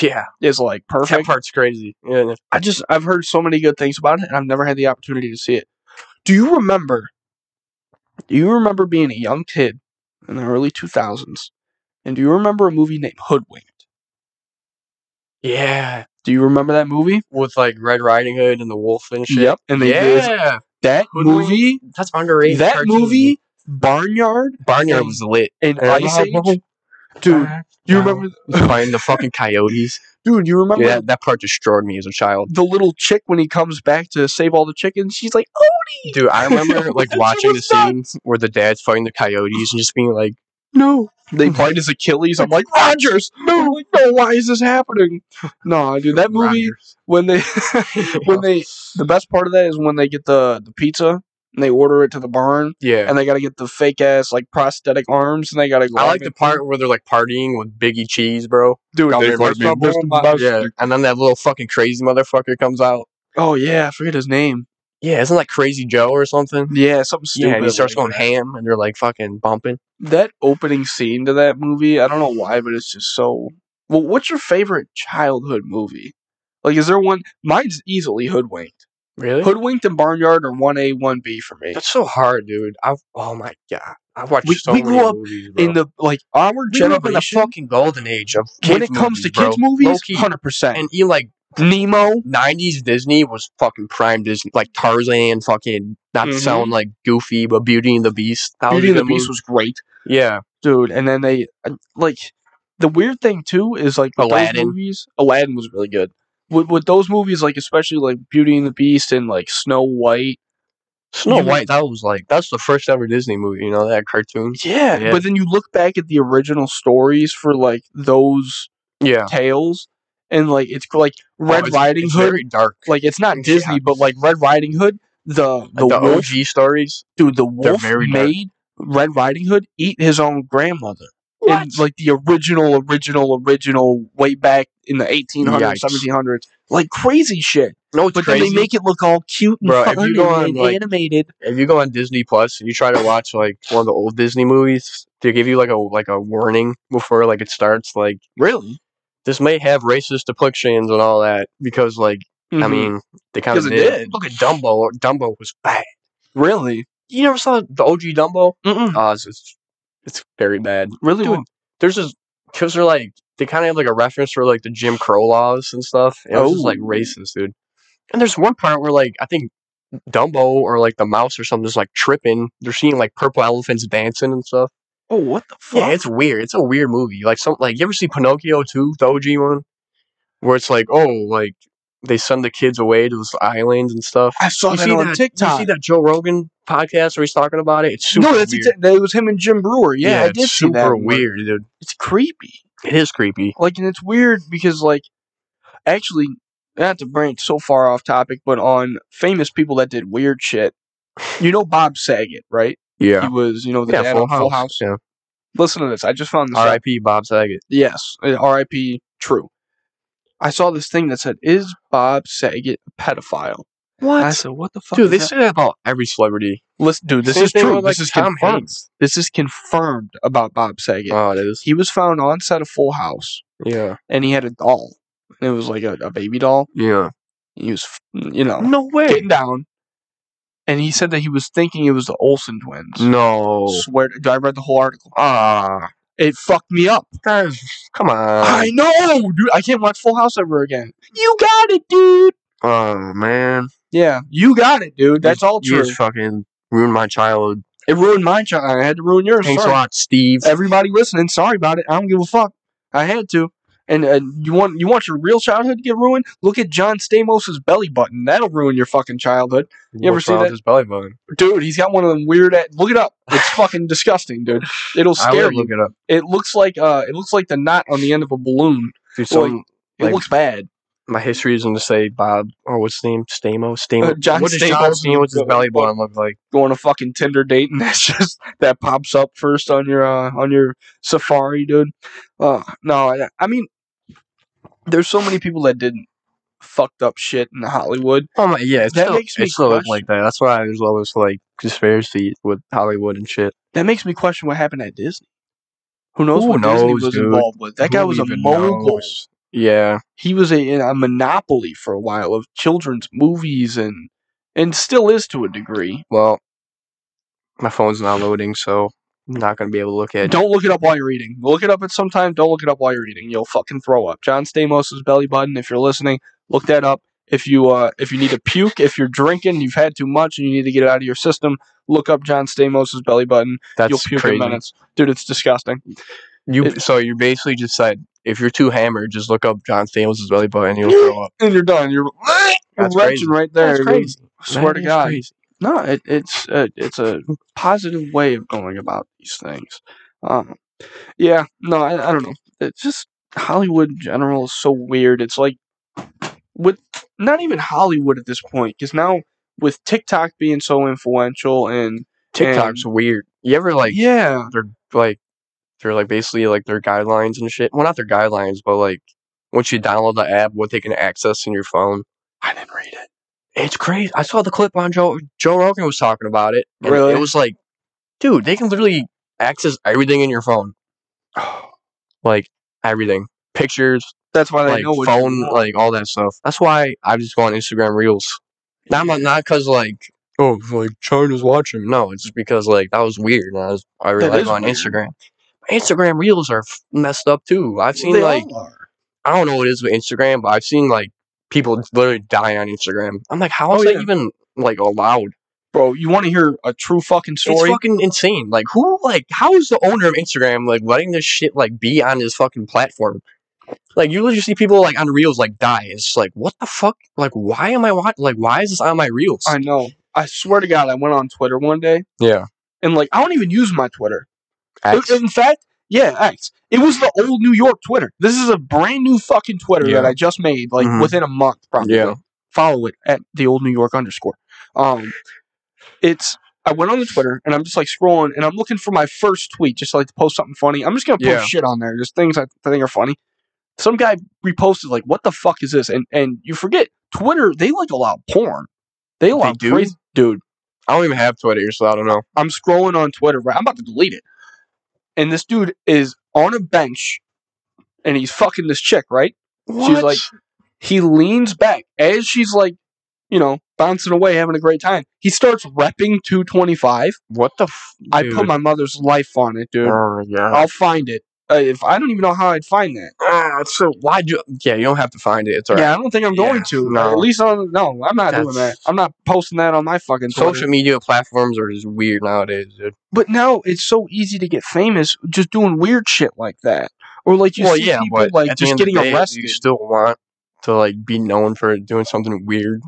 yeah. is like That perfect. part's crazy. Yeah, I just I've heard so many good things about it, and I've never had the opportunity to see it. Do you remember? Do you remember being a young kid in the early two thousands? And do you remember a movie named Hoodwinked? yeah. Do you remember that movie? With like Red Riding Hood and the wolf and shit. Yep. And they did yeah, that Hoodwinked. movie. that's underrated. that cartoon movie, Barnyard Barnyard and- was lit. and Ice (laughs) Age. Dude, you remember? fighting the fucking (laughs) coyotes? Dude, you remember Yeah, that part destroyed me as a child. the little chick when he comes back to save all the chickens? She's like, "Oh, Odie. Dude, I (laughs) remember like She watching the was nuts. scenes where the dad's fighting the coyotes and just being like, No. (laughs) They fight his Achilles. I'm like, Rogers! No, I'm like, no, why is this happening? No, dude, that movie "Rogers." when they (laughs) (laughs) when they the best part of that is when they get the, the pizza and they order it to the barn yeah. and they gotta get the fake ass like prosthetic arms and they gotta go. I like the part where they're like partying with Biggie Cheese, bro. dude, Come they here, first baby. up on my- Yeah, and then that little fucking crazy motherfucker comes out. Oh yeah, I forget his name. Yeah, isn't like Crazy Joe or something? Yeah, something Mm-hmm. stupid. yeah, and he starts like going that. ham, and they're like fucking bumping. that opening scene to that movie, I don't know why, but it's just so. Well, what's your favorite childhood movie? Like, is there one? Mine's easily Hoodwinked. Really? Hoodwinked and Barnyard are one A, one B for me. That's so hard, dude. I've oh my god, I've watched We- so we many grew up movies, bro. In the like our we grew up in the generation, fucking golden age of kids when it comes to bro. kids Low movies, key. hundred percent. and you like Nemo, '90s Disney was fucking prime Disney, like Tarzan, fucking not to Mhm. sound like goofy, but Beauty and the Beast. That was Beauty a and the good Beast movie. was great, yeah, dude. And then they uh, like the weird thing too is like with Aladdin. those movies. Aladdin was really good. With, with those movies, like especially like Beauty and the Beast and like Snow White, Snow You- White. That was like that's the first ever Disney movie. You know that cartoon. Yeah, Yeah. but then you look back at the original stories for like those Yeah, tales, and like it's like Red Oh, it's- Riding it's Hood. Very dark. like it's not Disney, Yeah. but like Red Riding Hood, the the, Like the wolf, OG stories. dude, the they're wolf very dark. made Red Riding Hood eat his own grandmother. In like the original, original, original, way back in the 1800s, Yikes. 1700s, like crazy shit. No, it's But crazy. then they make it look all cute and Bro, if fun you go and on, like- animated. if you go on Disney Plus and you try to watch like one of the old Disney movies, they give you like a like a warning before like it starts. Like Really? this may have racist depictions and all that because like I mean they kind of 'Cause Mm-hmm. it did. did. Look at Dumbo. Dumbo was bad. really, You never saw the OG Dumbo? Mm-mm. Uh, it's, it's it's very bad. really, Dude, well- There's this because they're like they kind of have like a reference for like the Jim Crow laws and stuff. And It's just like Oh. racist, dude. And there's one part where like I think Dumbo or like the mouse or something is like tripping. They're seeing like purple elephants dancing and stuff. oh, what the fuck? Yeah, it's weird. It's a weird movie. Like some like you ever see Pinocchio too, the OG one, where it's like oh like they send the kids away to this island and stuff. I saw You that see on that, TikTok. You see that Joe Rogan podcast where he's talking about it? It's super no, that's weird. exa- that was him and Jim Brewer. Yeah, I it's did see super that. one. weird, dude. It's creepy. It is creepy. Like, and it's weird because, like, actually, not to branch so far off topic, but on famous people that did weird shit. You know Bob Saget, right? He Yeah. was, you know, the Yeah, dad Full on Full House, House. yeah. Listen to this. I just found this. out. R.I.P. Bob Saget. Yes, uh, R.I.P. True. I saw this thing that said, "Is Bob Saget a pedophile?" I What? said, "What the fuck?" Dude, is they that?" say that about every celebrity. Listen, dude, this Same is thing true. with, like, this is Tom confirmed. Hanks. This is confirmed about Bob Saget. Oh, it is. he was found on set of Full House, Yeah. and he had a doll. And it was like a, a baby doll. Yeah. He was, f- you know, No way. getting down. And he said that he was thinking it was the Olsen twins. No. Swear, to- I read the whole article. Ah, It fucked me up. guys, come I on. know, dude. I can't watch Full House ever again. You got it, dude. Oh man, Yeah, you got it, dude. That's You- all You true. just fucking ruined my childhood. It ruined my child. I had to ruin yours. Thanks a Sorry. lot, Steve. Everybody listening, sorry about it. I don't give a fuck. I had to. And, and you want you want your real childhood to get ruined? Look at John Stamos's belly button. That'll ruin your fucking childhood, You ever What's see wrong with that? His belly button. dude. He's got one of them weird. At, look it up. (laughs) It's fucking disgusting, dude. It'll I scare would you. look it up. it looks like uh, it looks like the knot on the end of a balloon. Dude, Well, some, It Like- looks bad. my history isn't to say Bob or what's his name Stamos. Stamos. Uh, John what does John Stamos' Stamos' belly belly button. button look like? Go on a fucking Tinder date, and (laughs) that's just that pops up first on your uh, on your Safari, dude. Uh, no, I, I mean, there's so many people that did fucked up shit in Hollywood. Oh my, yeah, it's That still, makes me it still look question- like that. That's why there's all this like conspiracy with Hollywood and shit. That makes me question what happened at Disney. Who knows Who what Disney knows, was dude? involved with? That guy Who was a even mogul. knows? Yeah, He was a, a monopoly for a while of children's movies and and still is to a degree. well, my phone's not loading, so I'm not gonna be able to look at. it. Don't look it up while you're eating. Look it up at some time. Don't look it up while you're eating. You'll fucking throw up. John Stamos's belly button. If you're listening, look that up. If you uh, if you need to puke, if you're drinking, you've had too much, and you need to get it out of your system, look up John Stamos's belly button. You'll That's puke in crazy. minutes, dude. It's disgusting. You It- so you basically just said if you're too hammered, just look up John Stamos' belly (gasps) button and you'll throw up. And you're done. You're, you're (laughs) That's retching crazy. right there. That's dude. crazy. Swear to That is God. crazy. No, it, it's uh, it's a positive way of going about these things. Um, yeah, no, I, I don't know. It's just Hollywood in general is so weird. It's like with not even Hollywood at this point, because now with TikTok being so influential and TikTok's weird. You ever like yeah, they're like they're like basically like their guidelines and shit. Well, not their guidelines, but like once you download the app, what they can access in your phone. I didn't read it. It's crazy. I saw the clip on Joe Joe Rogan was talking about it. and Really? It was like, dude, they can literally access everything in your phone, like everything, pictures, (sighs) That's why they like know what you phone, want. like all that stuff. That's why I just go on Instagram Reels. Not my- not because like oh like China's watching. No, it's just because like that was weird. And I was I That realized is on weird. Instagram. Instagram Reels are f- messed up too. I've seen They like all are. I don't know what it is with Instagram, but I've seen like people literally die on Instagram. I'm like, how is Oh, that yeah. even like allowed? bro. You want to hear a true fucking It's story? fucking insane. Like who like how is the owner of Instagram like letting this shit like be on his fucking platform? Like you literally see people like on reels like die. It's just like what the fuck? Like why am I watching? Like why is this on my reels? I know. I swear to God, I went on Twitter one day yeah. and like I don't even use my Twitter. X. In fact, yeah, X. It was the old New York Twitter. This is a brand new fucking Twitter that Yeah. I just made, like Mhm. within a month, probably. Yeah. Follow it at the old New York underscore. Um, it's. I went on the Twitter and I'm just like scrolling and I'm looking for my first tweet, just like to post something funny. I'm just gonna post Yeah. shit on there, just things I think are funny. Some guy reposted like, "What the fuck is this?" And and you forget Twitter, they like allow porn. They allow do? crazy- dude. I don't even have Twitter, so I don't know. I'm scrolling on Twitter, right? I'm about to delete it. And this dude is on a bench and he's fucking this chick, right? She's like, he leans back as she's like, you know, bouncing away, having a great time. He starts repping 225. what the? F- I put dude. my mother's life on it, dude. Oh yeah. I'll find it. Uh, if I don't even know how I'd find that. Ah, it's so why do? Yeah, you don't have to find it. It's alright. Yeah, I don't think I'm going Yeah, to. no. At least on no, I'm not doing that. That's- I'm not posting that on my fucking Twitter. Social media platforms are just weird nowadays, dude. But now it's so easy to get famous just doing weird shit like that. Or like you well, see yeah, people but like at the just end of the getting day, arrested. You still want to like be known for doing something weird.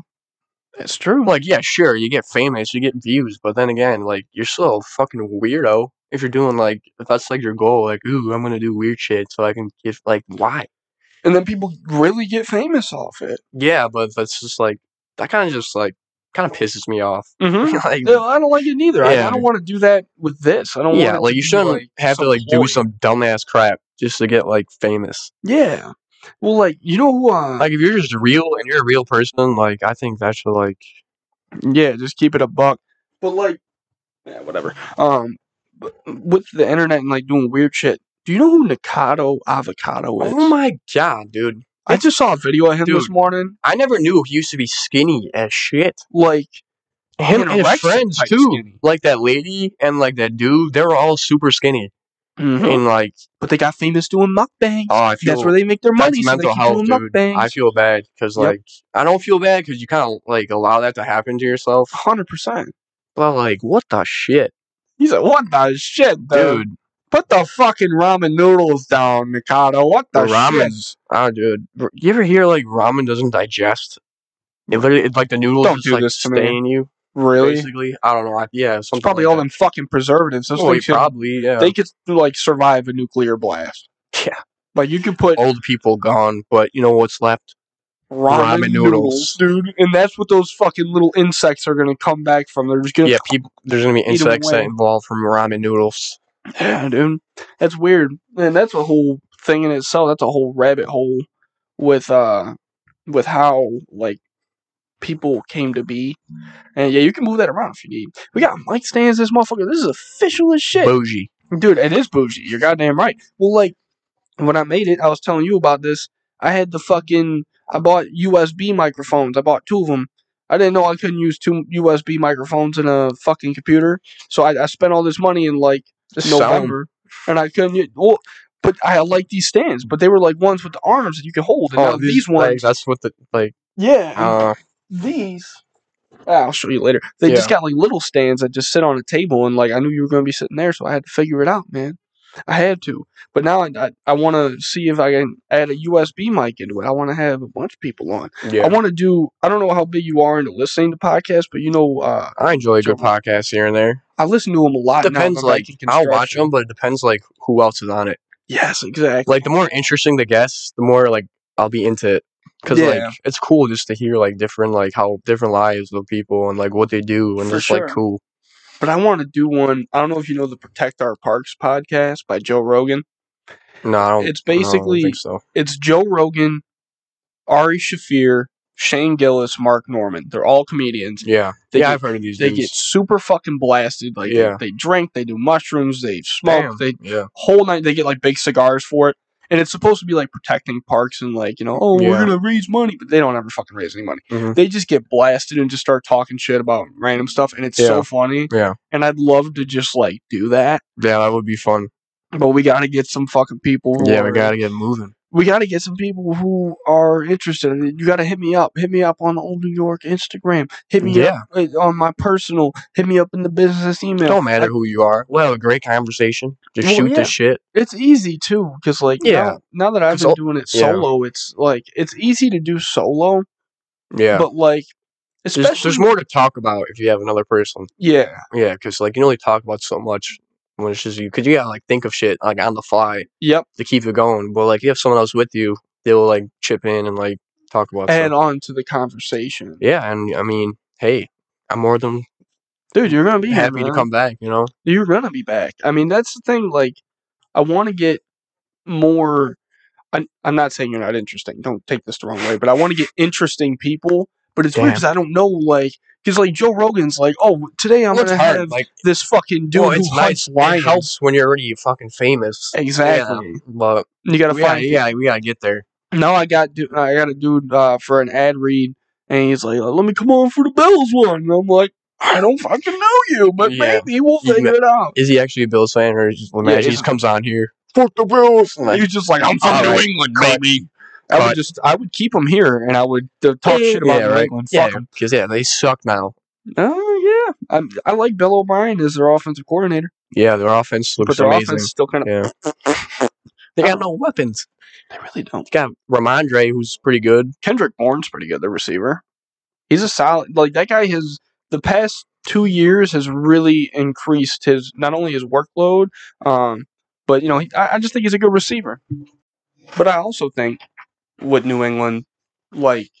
That's true. Like, yeah, sure, you get famous, you get views, but then again, like you're still a fucking weirdo if you're doing like if that's like your goal. Like, ooh, I'm gonna do weird shit so I can get like why? And then people really get famous off it. Yeah, but that's just like that kind of just like kind of pisses me off. (laughs) Mm-hmm. (laughs) like, I don't like it neither. I- I, Yeah. don't want to do that with this. I don't want. yeah, it like to you be, shouldn't like, have to like do ploy. some dumbass crap just to get like famous. Yeah. Well, like you know, who, uh, Like if you're just real and you're a real person, like I think that should like yeah, just keep it a buck. But like, yeah, whatever. Um, but with the internet and like doing weird shit. Do you know who Nikado Avocado is? Oh my god, dude. I just saw a video of him this Dude. morning. I never knew he used to be skinny as shit. Like Him and his Anorexic friends type too. skinny. Like that lady and like that dude, they were all super skinny. And like but they got famous doing mukbangs. oh, I feel Hmm. That's where they make their that's money. so they mental keep health, doing dude. mukbangs. I feel bad because Yep. like I don't feel bad because you kind of like allow that to happen to yourself. hundred percent. But like, what the shit, He's like, what the shit, dude? dude? Put the fucking ramen noodles down, Mikado. What the The ramen. shit? Oh, dude. Br- You ever hear like ramen doesn't digest? It literally, it, like the noodles Don't just do like this to me. stay in you. Really? Basically, I don't know. I, yeah, It's something probably like all that. them fucking preservatives. Those Oh, things should- probably yeah. they could like survive a nuclear blast. Yeah. Oh, Like you could put Old people gone, but you know what's left? ramen, ramen noodles, noodles. dude, and that's what those fucking little insects are gonna come back from. They're just gonna Yeah, people. There's gonna be Eat 'em insects that away. involve from ramen noodles. Yeah, dude. That's weird. And that's a whole thing in itself. That's a whole rabbit hole with uh with how like people came to be. And yeah, you can move that around if you need. We got mic stands this motherfucker. This is official as shit. Bougie. Dude, it is bougie. You're goddamn right. Well like when I made it, I was telling you about this. I had the fucking I bought USB microphones. I bought two of them. I didn't know I couldn't use two USB microphones in a fucking computer. So I, I spent all this money in like Just sound. November, and I couldn't. get- Well, but I like these stands, but they were like ones with the arms that you can hold, Oh, and now these, like, ones, that's what the like. yeah, Uh, these. Ah, I'll show you later. They just got like little stands that just sit on a table, and like I knew you were going to be sitting there, so I had to figure it out, man. I had to, but now I I, I want to see if I can add a USB mic into it. I want to have a bunch of people on. yeah. I want to do. I don't know how big you are into listening to podcasts, but you know, uh, I enjoy a good So- podcast here and there. I listen to them a lot. now that Depends, I'm back like in I'll watch construction. them, but it depends like who else is on it. Yes, exactly. Like the more interesting the guest, the more like I'll be into it because Yeah. like it's cool just to hear like different like how different lives of people and like what they do and For just like sure. cool. But I want to do one. I don't know if you know the Protect Our Parks podcast by Joe Rogan. No, I don't. It's Oh, no, I don't basically think so. it's Joe Rogan, Ari Shafir, Shane Gillis, Mark Norman. They're all comedians. Yeah, They yeah, get- I've heard of these. They get dudes. super fucking blasted. Like Yeah. they, they drink, they do mushrooms, they smoke, they yeah, whole night they get like big cigars for it. And it's supposed to be like protecting parks and like, you know, oh, we're Yeah. gonna raise money, but they don't ever fucking raise any money. Mhm. They just get blasted and just start talking shit about random stuff and it's so Yeah. funny. Yeah. And I'd love to just like do that. yeah, that would be fun. But we gotta get some fucking people who Yeah, are we gotta get moving. we got to get some people who are interested. in it. You got to hit me up. Hit me up on the Old New York Instagram. Hit me Yeah. up uh, on my personal. Hit me up in the business It email. don't matter who you are. We'll have a great conversation. Just Well, shoot yeah. the shit. It's easy too, because like Yeah. now, now that I've 'Cause been all- doing it yeah. solo, it's like it's easy to do solo, Yeah, but like especially there's, there's more to talk about if you have another person. Yeah, Yeah, because like you can only talk about so much when it's just you. Because you gotta like think of shit like on the fly yep. to keep it going. But like you have someone else with you, they'll like chip in and like talk about. Add stuff. on to the conversation, yeah, and I mean, hey, I'm more than dude. You're gonna be here, happy to man. come back. You know, You're gonna be back. I mean, that's the thing. Like, I want to get more I'm, I'm not saying you're not interesting. Don't take this the wrong way, but I want to get interesting people. But it's weird Damn. because I don't know, like, because like Joe Rogan's like, oh, today I'm Well, gonna it's hard. have like, this fucking dude well, who it's nice. hunts It lions. helps when you're already fucking famous. Exactly. Yeah, but You gotta we gotta, find. yeah, we gotta get there. Now I got du- I got a dude uh, for an ad read, and he's like, let me come on for the Bills one. And I'm like, I don't fucking know you, but Yeah. maybe we'll You figure it out. Is he actually a Bills fan, or is- well, Yeah, imagine he he's- just comes on here? Fuck the Bills. Like, he's just like, I'm from all New right, England, cut. baby. I would Cut. just I would keep him here, and I would uh, talk shit about New England. Fuck Yeah, 'em. because yeah, they suck now. Oh yeah, I, I like Bill O'Brien as their offensive coordinator, Yeah, their offense looks but their amazing. offense is still kind of Yeah. They got no weapons. they really don't. They got Ramondre, who's pretty good. Kendrick Bourne's pretty good, the receiver. He's a solid like that guy. Has the past two years has really increased his not only his workload, um, but you know he, I, I just think he's a good receiver. But I also think with New England, like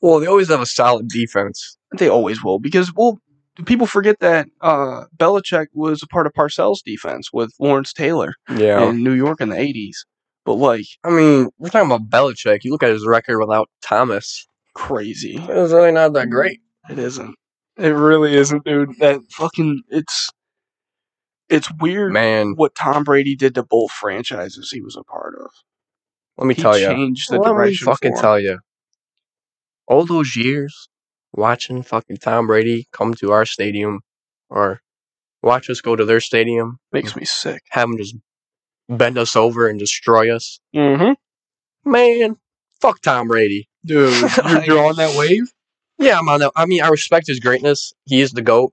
Well, they always have a solid defense. they always will, because well, people forget that uh, Belichick was a part of Parcells' defense with Lawrence Taylor Yeah. in New York in the '80s. But like I mean, we're talking about Belichick. You look at his record without Thomas. crazy. It was really not that great. It isn't. It really isn't, dude. That fucking it's it's weird Man, what Tom Brady did to both franchises he was a part of. let me he tell you. changed the Let me direction. fucking for 'em. tell you. All those years watching fucking Tom Brady come to our stadium or watch us go to their stadium, makes me sick. have him just bend us over and destroy us. Mm-hmm. Man, fuck (laughs) Tom Brady. (laughs) Dude, you're, you're on that wave. Yeah, I'm on that. I mean, I respect his greatness. He is the GOAT.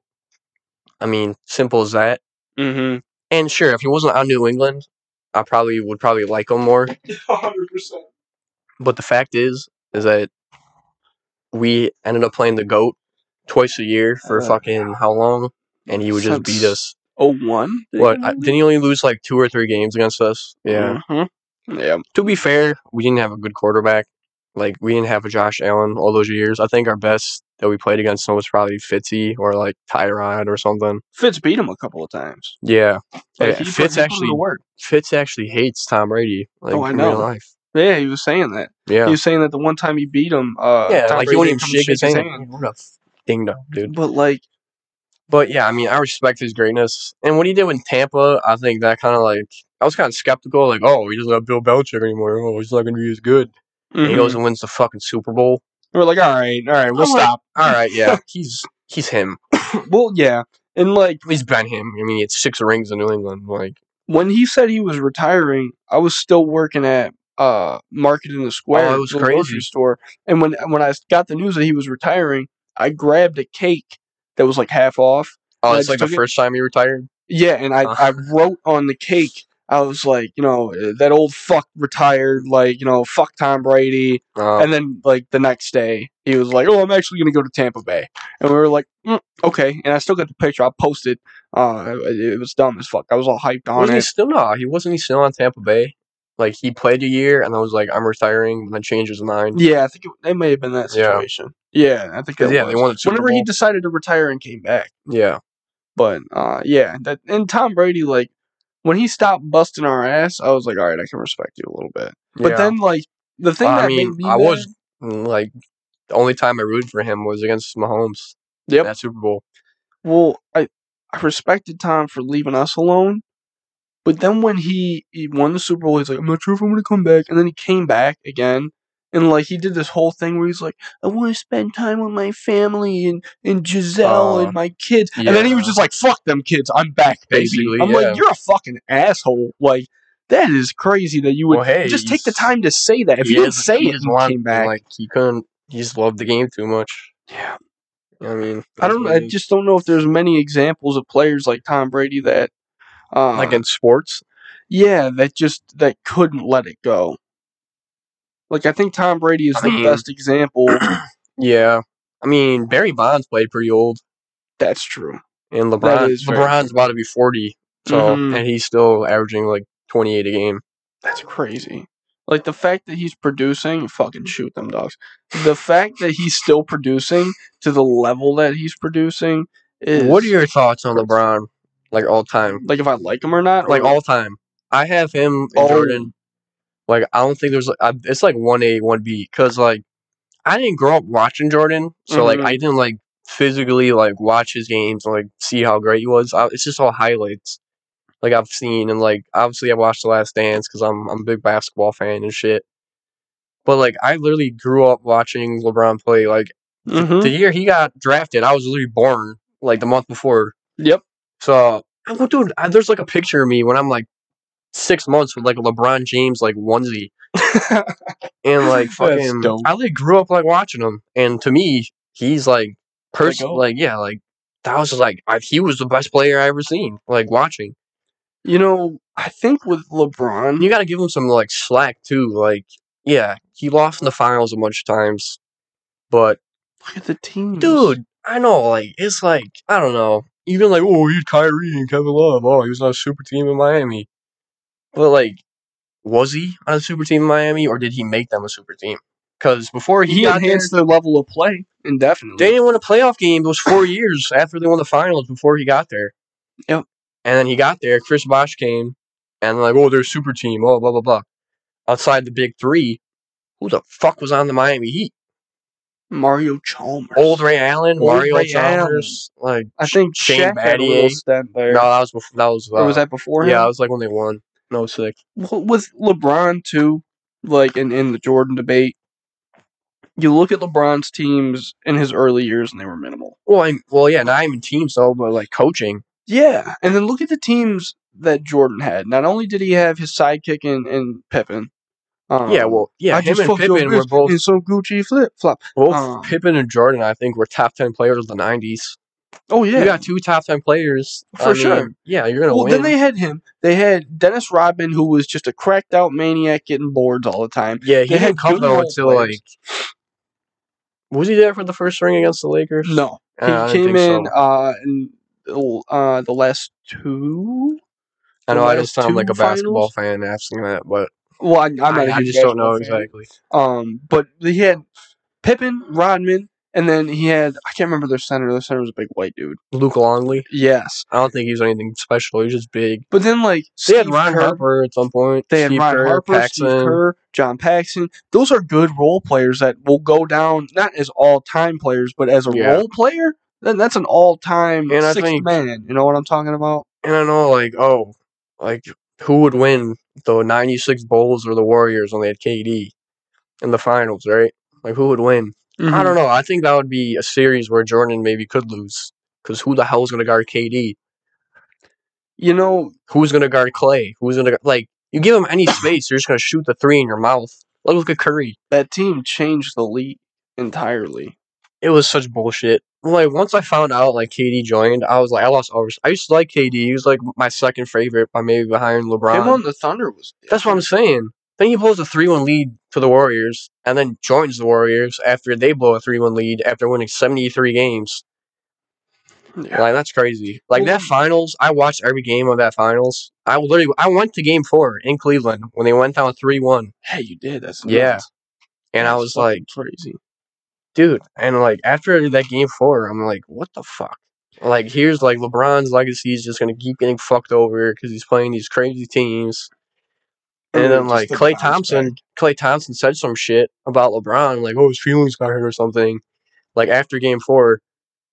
I mean, simple as that. (laughs) Mm-hmm. And sure, if he wasn't on New England, I probably would probably like him more. 100. percent But the fact is, is that we ended up playing the goat twice a year for Uh, fucking how long, and he would just beat since- us. Oh one. What I- didn't he only lose like two or three games against us? Yeah. Mm-hmm. Yeah. To be fair, we didn't have a good quarterback. Like we didn't have a Josh Allen all those years. I think our best that we played against him was probably Fitzy or like Tyrod or something. Fitz beat him a couple of times. Yeah. Like, Yeah, he put- Fitz he put him actually- to work. Fitz actually hates Tom Brady. Like Oh, I in know. real life. Yeah, he was saying that. Yeah. He was saying that the one time he beat him, uh, yeah, Tom like Brady he won't didn't even come to shake his hand. What a f- ding dong, dude. But like, But yeah, I mean, I respect his greatness. And what he did with Tampa, I think that kind of like I was kind of skeptical, like, oh, he doesn't have Bill Belichick anymore. Oh, he's not going to be as good. And he mhm. goes and wins the fucking Super Bowl. we're like, all right, all right, we'll I'm like- (laughs) stop. All right, yeah, he's he's him. Well, yeah, and like He's been him. I mean, he had six rings in New England. Like, when he said he was retiring, I was still working at uh Market in the Square, Oh, it was the crazy. grocery store. And when when I got the news that he was retiring, I grabbed a cake that was like half off. oh, I it's like the took it- first time he retired. Yeah, and I I wrote on the cake. I was like, you know, eh, that old fuck retired, like, you know, fuck Tom Brady. Uh, And then, like, the next day, he was like, oh, I'm actually going to go to Tampa Bay. And we were like, mm, okay. And I still got the picture. I posted. Uh, it, it was dumb as fuck. I was all hyped on wasn't he it. still? No, he wasn't. He still on Tampa Bay. Like he played a year, and I was like, I'm retiring. And then changed his mind. Yeah, I think it, it may have been that Yeah. situation. Yeah, I think 'Cause, that yeah, was. they won the Super Whenever he Bowl. decided to retire and came back, Yeah. but uh, yeah, that and Tom Brady like when he stopped busting our ass, I was like, all right, I can respect you a little bit. But yeah. then like the thing Well, I that mean, made me I mad- was- like the only time I rooted for him was against Mahomes. Yep. That Super Bowl. well, I I respected Tom for leaving us alone. But then when he, he won the Super Bowl, he's like, I'm not sure if I'm gonna come back. And then he came back again. And like he did this whole thing where he's like, I wanna spend time with my family and, and Giselle Uh, and my kids. And then he was yeah. just like, Fuck them kids, I'm back, baby. Basically, I'm yeah. like, You're a fucking asshole. Like, that is crazy that you would Well, hey, just take the he's- time to say that. If you didn't just- say he it just and wanted- came back. Like he couldn't. He just loved the game too much. yeah. I mean, I don't that's what I it just don't know if there's many examples of players like Tom Brady that uh, is. like in sports. Yeah, that just that couldn't let it go. Like I think Tom Brady is I the mean- best example. Yeah. I mean, Barry Bonds played pretty old, That's true. and LeBron. is very LeBron's about to be forty, so Mhm. and he's still averaging like twenty eight a game. That's crazy. Like the fact that he's producing, fucking shoot them dogs. The fact that he's still producing to the level that he's producing is what are your thoughts on crazy. LeBron? Like all time. like if I like him or not? like or- all time. I have him and Oh. Jordan. Like I don't think there's like I, it's like one A one B because like I didn't grow up watching Jordan, so like Mhm. I didn't like physically like watch his games and like see how great he was. I, it's just all highlights like I've seen and like obviously I watched The Last Dance because I'm I'm a big basketball fan and shit. But like I literally grew up watching LeBron play. Like Mhm. (laughs) the year he got drafted, I was literally born like the month before. Yep. So I looked dude, I, there's like a picture of me when I'm like six months with like a LeBron James like onesie and like (laughs) That's fucking. dope. I like grew up like watching him, and to me, he's like person goat. like yeah like that was like I, he was the best player I ever seen like watching. you know, I think with LeBron, And you got to give him some like slack too. Like yeah, he lost in the finals a bunch of times, but look at the team, dude, I know like it's like I don't know. Even like oh he's Kyrie and Kevin Love. Oh he was on a super team in Miami. But like, was he on a super team in Miami, or did he make them a super team? Because before he, He got there, enhanced their level of play indefinitely. they didn't win a playoff game those four years after they won the finals. Before he got there, Yep. And then he got there. Chris Bosh came, and like, oh, they're a super team. Oh, blah blah blah. Outside the big three, who the fuck was on the Miami Heat? Mario Chalmers. Old Ray Allen, Old Mario Ray Chalmers, like I think Shane Shaq had a little Battier. stint there. no, that was before. That was, uh, or was that before him? yeah, that was like when they won. oh No sick. Well, with LeBron too, like in, in the Jordan debate, you look at LeBron's teams in his early years and they were minimal. Well, I, well, yeah, not even team so, but like coaching. Yeah, and then look at the teams that Jordan had. Not only did he have his sidekick and and Pippen. Um, Yeah, well, yeah, him and fucked your Pippen were bitch both in some Gucci flip flop. both um, Pippen and Jordan. I think were top ten players of the '90s. Oh You yeah. got two top ten players I For mean, sure. Yeah, you're gonna Well, win. then they had him. They had Dennis Rodman, who was just a cracked out maniac getting boards all the time. yeah, he they had didn't come good though role until players. like. Was he there for the first ring against the Lakers? No, he Uh, I didn't came think so. in uh, in uh, the last two. I know the I don't last sound like two a basketball finals? fan asking that, but Well, I, I'm not I, a I huge just don't know basketball fan. exactly. Um, but he had Pippen, Rodman, and then he had I can't remember their center. Their center was a big white dude. Luke Longley. Yes, I don't think he was anything special. He was just big. but then like They had Steve Ron Kerr- Harper at some point. They had Steve Ron Kerr, Harper, Steve Paxson. Kerr, John Paxson. Those are good role players that will go down not as all time players, but as a Yeah. role player. Then that's an all time And I sixth think- man. You know what I'm talking about? And I know, like, oh, like who would win the '96 Bulls or the Warriors when they had KD in the finals, right? Like, who would win? I don't know. I think that would be a series where Jordan maybe could lose because who the hell is going to guard KD? You know, Who's going to guard Clay? Who's going to like? You give him any space, you're just going to shoot the three in your mouth. Like, look at Curry. that team changed the league entirely. it was such bullshit. Like once I found out like KD joined, I was like I lost over. I used to like KD. He was like my second favorite, by maybe behind LeBron. Him on the Thunder was. That's what I'm saying. Then he blows a three-one lead to the Warriors, and then joins the Warriors after they blow a three-one lead after winning seventy-three games. Yeah. Like that's crazy. Like Well- that finals, I watched every game of that finals. I literally I went to game four in Cleveland when they went down three-one, Hey, you did. That's Yeah. nuts. and I That's was like, fucking crazy. dude. And like after that game four, I'm like, what the fuck? Like here's like LeBron's legacy is just gonna keep getting fucked over because he's playing these crazy teams. And Ooh, then just like the Clay bounce Thompson, back. Clay Thompson said some shit about LeBron, like oh his feelings got hurt or something. Like after game four,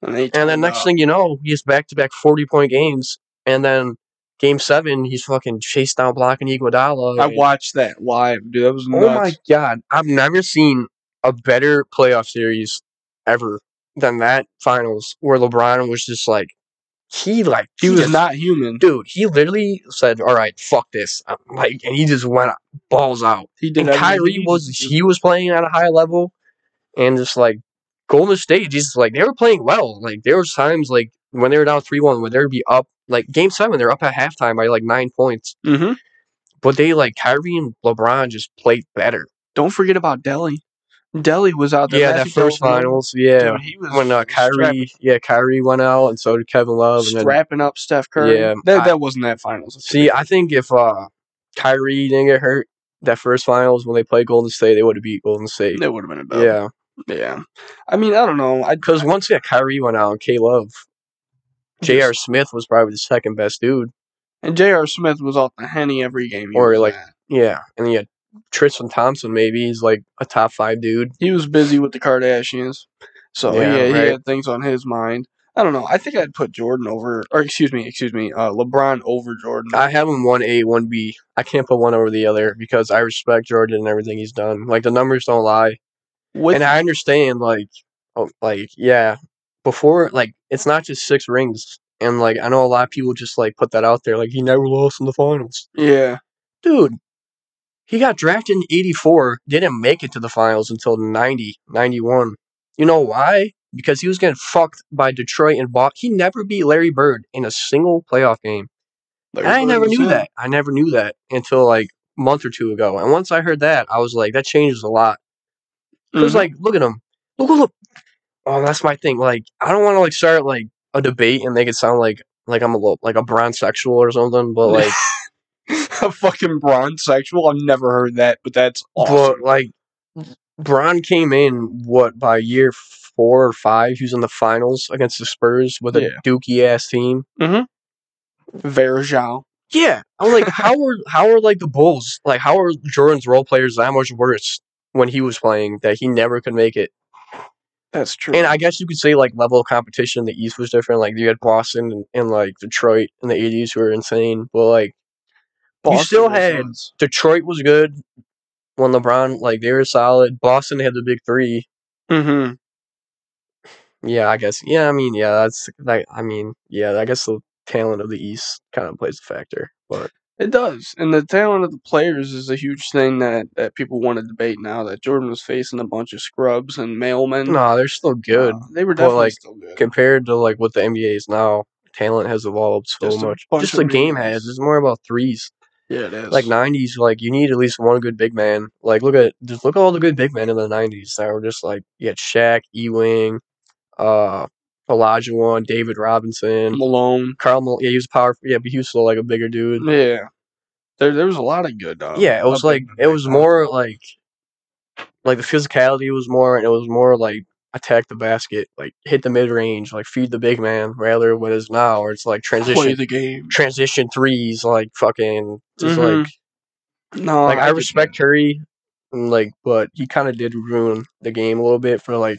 And, they and then turned next up. thing you know, he has back to back forty point games, and then game seven, he's fucking chased down blocking Iguodala. I and- watched that live, dude. That was nuts. Oh my god, I've never seen a better playoff series ever than that finals where LeBron was just like he like He was just- not human. dude. He literally said, "All right, fuck this," I'm like, and he just went balls out. He did. And everything. Kyrie He was just- he was playing at a high level, and just like Golden State, just like they were playing well. Like there was times like when they were down three one, when they'd be up like game seven, they're up at halftime by like nine points, Mhm. but they like Kyrie and LeBron just played better. Don't forget about Delhi. Delhi was out there. yeah, that Matthew first Dellavedova, finals. Yeah, dude, he was when uh, strapping, Kyrie, yeah, Kyrie went out, and so did Kevin Love. And then, strapping up Steph Curry. Yeah, that, I- that wasn't that finals. see, I think if uh, Kyrie didn't get hurt that first finals when they played Golden State, they would have beat Golden State. that would have been a belt. Yeah, yeah. I mean, I don't know. I because once yeah, Kyrie went out, and K Love, J.R. Smith was probably the second best dude. and J.R. Smith was off the henny every game. he Or, was like- at. Yeah, and yeah, Tristan Thompson maybe he's like a top five dude. he was busy with the Kardashians, so Yeah, yeah, he right. had things on his mind. I don't know. I think I'd put Jordan over, or excuse me, excuse me, uh, LeBron over Jordan. I have him one A, one B. I can't put one over the other because I respect Jordan and everything he's done. Like the numbers don't lie. With- and I understand, like, oh, like yeah, before, like, it's not just six rings, and like, I know a lot of people just like put that out there, like, he never lost in the finals, yeah, dude. He got drafted in '84, didn't make it to the finals until '90, '91. You know why? Because he was getting fucked by Detroit and bought. He never beat Larry Bird in a single playoff game. Like, And I never Jordan knew said. that. I never knew that until like a month or two ago. And once I heard that, I was like, that changes a lot. Because Mhm. like, look at him. Look, look. Oh, that's my thing. Like, I don't want to like start like a debate and make it sound like like I'm a little like a bronze sexual or something. But like, (laughs) a fucking bronze sexual. I've never heard that, but that's awesome. but like, Bron came in what by year four or five? He was in the finals against the Spurs with a Yeah. dookie ass team. Verjao. Yeah, I'm like, how are how are like the Bulls like how are Jordan's role players that much worse when he was playing that he never could make it? That's true. And I guess you could say like level of competition, the East was different. Like you had Boston and, and like Detroit in the '80s who were insane, but like you still was had- nuts. Detroit was good when LeBron like they were solid. Boston had the big three. Mm-hmm. Mhm. Yeah, I guess. Yeah, I mean, yeah, that's like I mean, yeah, I guess the talent of the East kind of plays a factor, but It does. And the talent of the players is a huge thing that, that people want to debate now that Jordan was facing a bunch of scrubs and mailmen. No, they're still good Uh, they were But, definitely like, still good. compared to like what the NBA is now. Talent has evolved so Just a much. bunch Just of the game rebounds. has. It's more about threes. yeah, it is. Like '90s, like you need at least one good big man. Like look at just look at all the good big men in the '90s that were just like you had Shaq, Ewing, uh, Olajuwon, David Robinson, Malone. Carl. Mal- yeah, he was powerful. Yeah, but he was still like a bigger dude. Yeah. There, there was a lot of good. Uh, yeah, it was up in like the it big was time. more like like the physicality was more, and it was more like attack the basket, like hit the mid range, like feed the big man, rather what is now, or it's like play transition the game. transition threes, like fucking just Mhm. like No, like Oh, I get respect Curry, and, like but he kind of did ruin the game a little bit for like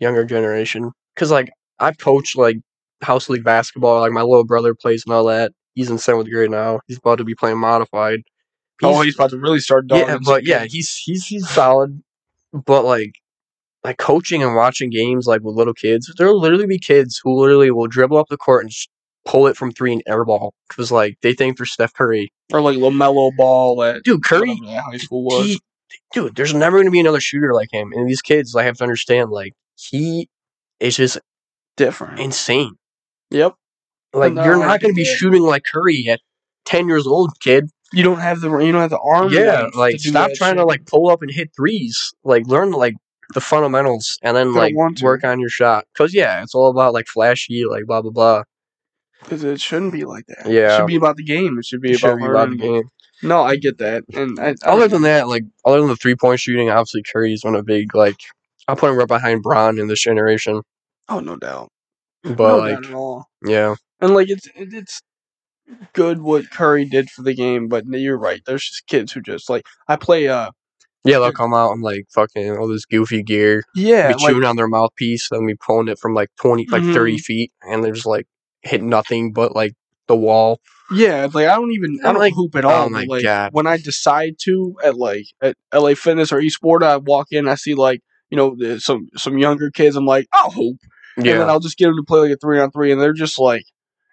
younger generation because like I've coached like house league basketball, like my little brother plays and all that. He's in seventh grade now. He's about to be playing modified. that. oh, he's about to really start. dogging yeah, some but yeah, kids. he's he's he's solid. But like like coaching and watching games like with little kids, there'll literally be kids who literally will dribble up the court and just pull it from three and airball because like they think they're Steph Curry. or like Lamelo Ball at Dude, Curry, whatever that high school was. he, dude, there's never going to be another shooter like him. And these kids, I have to understand, like he is just Different. insane. yep. Like No, you're I not going to be get it. shooting like Curry at ten years old, kid. You don't have the you don't have the arm. yeah, length like to do stop that trying shit. to like pull up and hit threes. Like learn like the fundamentals and then Gotta like want to. work on your shot. Cause yeah, it's all about like flashy, like blah blah blah. Because it shouldn't be like that. It Yeah. should be about the game. It should be It should about be about the learning. game. No, I get that. And I, I Other don't than that, like other than the three point shooting, obviously Curry's one of the big like I'll put him right behind Braun in this generation. know. oh, no doubt. But no like doubt at all. yeah. And like it's it, it's good what Curry did for the game, but you're right. There's just kids who just like I play. Uh, Yeah, they'll come out and like fucking all this goofy gear. yeah, be like chewing on their mouthpiece, then be pulling it from like twenty like thirty Mhm. feet and they're just like hitting nothing but like the wall. Yeah, it's like I don't even I I'm don't like, hoop at all. oh my but, like, God. When I decide to at like at LA Fitness or eSport, I walk in, I see like you know the- some some younger kids. I'm like, "Oh, I'll hoop, and then I'll just get them to play like a three on three, and they're just like,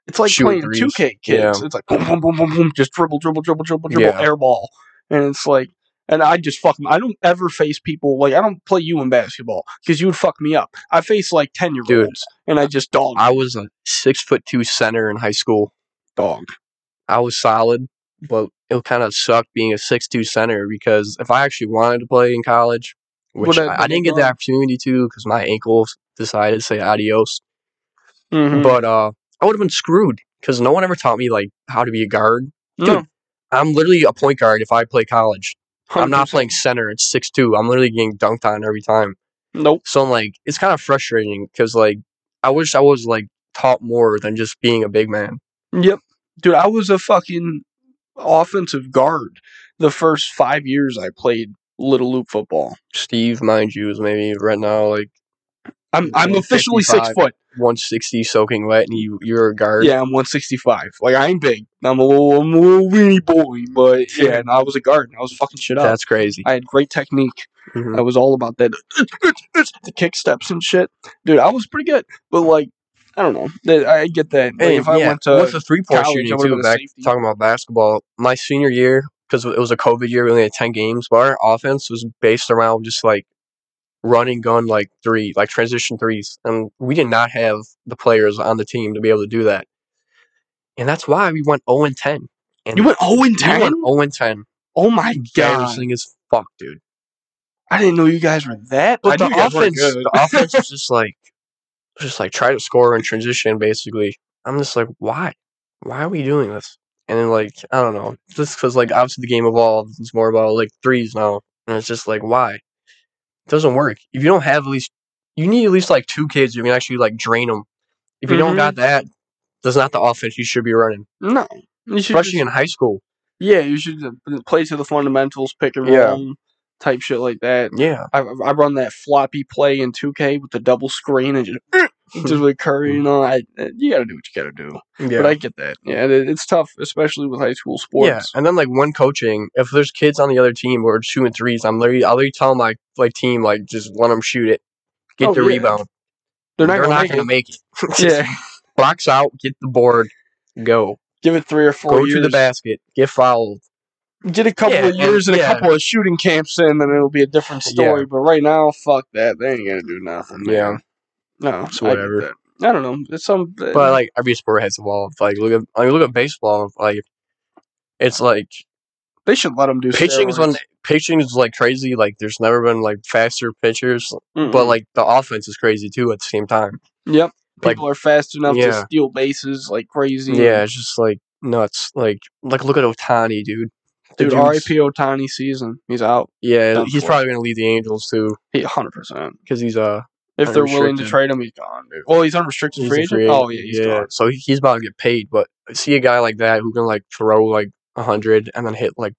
it's like playing Shooting threes. two K Yeah. kids. It's like boom, boom, boom, boom, boom, just dribble, dribble, dribble, dribble, dribble, Yeah. air ball, and it's like. And I just fuck. I don't ever face people like I don't play you in basketball because you would fuck me up. I face like ten year Dude. olds and I just dog I was a six foot two center in high school. dog. I was solid, but it kind of sucked being a six two center because if I actually wanted to play in college, which Would that I, I been didn't get the done? opportunity to because my ankle decided to say adios. Mhm. But uh, I would have been screwed because no one ever taught me like how to be a guard. No, I'm literally a point guard if I play college. i am not 100%. playing center. It's six two. I'm literally getting dunked on every time. Nope. So I'm like, it's kind of frustrating because like I wish I was like taught more than just being a big man. Yep. Dude, I was a fucking offensive guard the first five years I played Little Loop football. Steve, mind you, is maybe right now like I'm I'm officially six 155. foot. 160 soaking wet, and you you're a guard. Yeah, I'm 165. Like I ain't big. I'm a little, I'm a little weeny boy, but yeah, and I was a guard. and I was fucking shit up. that's crazy. I had great technique. Mhm. I was all about that. The kick steps and shit, dude. I was pretty good, but like, I don't know. That- I get that. Like, Hey, if I yeah, went to with the three point college, I shooting would've too, been a back safety. talking about basketball, my senior year because it was a COVID year, we only had 10 games. But our offense was based around just like running gun like three, like transition threes, and we did not have the players on the team to be able to do that, and that's why we went 0 and 10. And you went 0 and we went 10. 0 and 10. Oh my god! Embarrassing as fuck, dude. I didn't know you guys were that. But I the knew you guys weren't offense, the offense is just like, just like try to score in transition. Basically, I'm just like, why? Why are we doing this? And then like, I don't know, just because like obviously the game evolved. It's more about like threes now, and it's just like, why? It doesn't work if you don't have at least you need at least like two kids you can actually like drain them. If you don't Mhm. got that, that's not the offense you should be running, No. You should especially just- in high school. yeah, you should uh, play to the fundamentals, pick and Yeah. roll type shit like that. Yeah, I, I run that floppy play in 2K with the double screen and just, (clears throat) (laughs) just with Curry, you know. I, eh, you gotta do what you gotta do. yeah. But I get that. Yeah, it, it's tough, especially with high school sports. Yeah, and then like when coaching, if there's kids on the other team or two and threes, I'm literally I'll literally tell my like team like just let them shoot it, get Oh, the yeah. rebound. They're not gonna make make it. (laughs) it. Yeah. box out, get the board, go. Give it three or four Go years. to the basket. Get fouled. Get a couple Yeah, of years and, and- a yeah. couple of shooting camps in, then it'll be a different story. (laughs) Yeah. But right now, fuck that. They ain't gonna do nothing. man. Yeah. No, It's I get whatever. that. I, don't know. It's some. eh, But like every sport has evolved. Like look at I mean, look at baseball. Like it's like they should let them do pitching is steroids. when pitching is like crazy. Like there's never been like faster pitchers, Mm-mm. but like the offense is crazy too at the same time. yep, like- people are fast enough to Yeah. steal bases like crazy. Yeah, it's just like nuts. Like like look at Otani, dude. The dude. dude's- R.I.P. Otani season. He's out. Yeah, Done he's for. probably gonna lead the Angels too He hundred percent. because he's uh If they're willing to Unrestricted. trade him, he's gone. Dude. Well, he's unrestricted he's a free agent. free Oh yeah, agent. he's gone. So he- he's about to get paid. But see a guy like that who can like throw like hundred and then hit like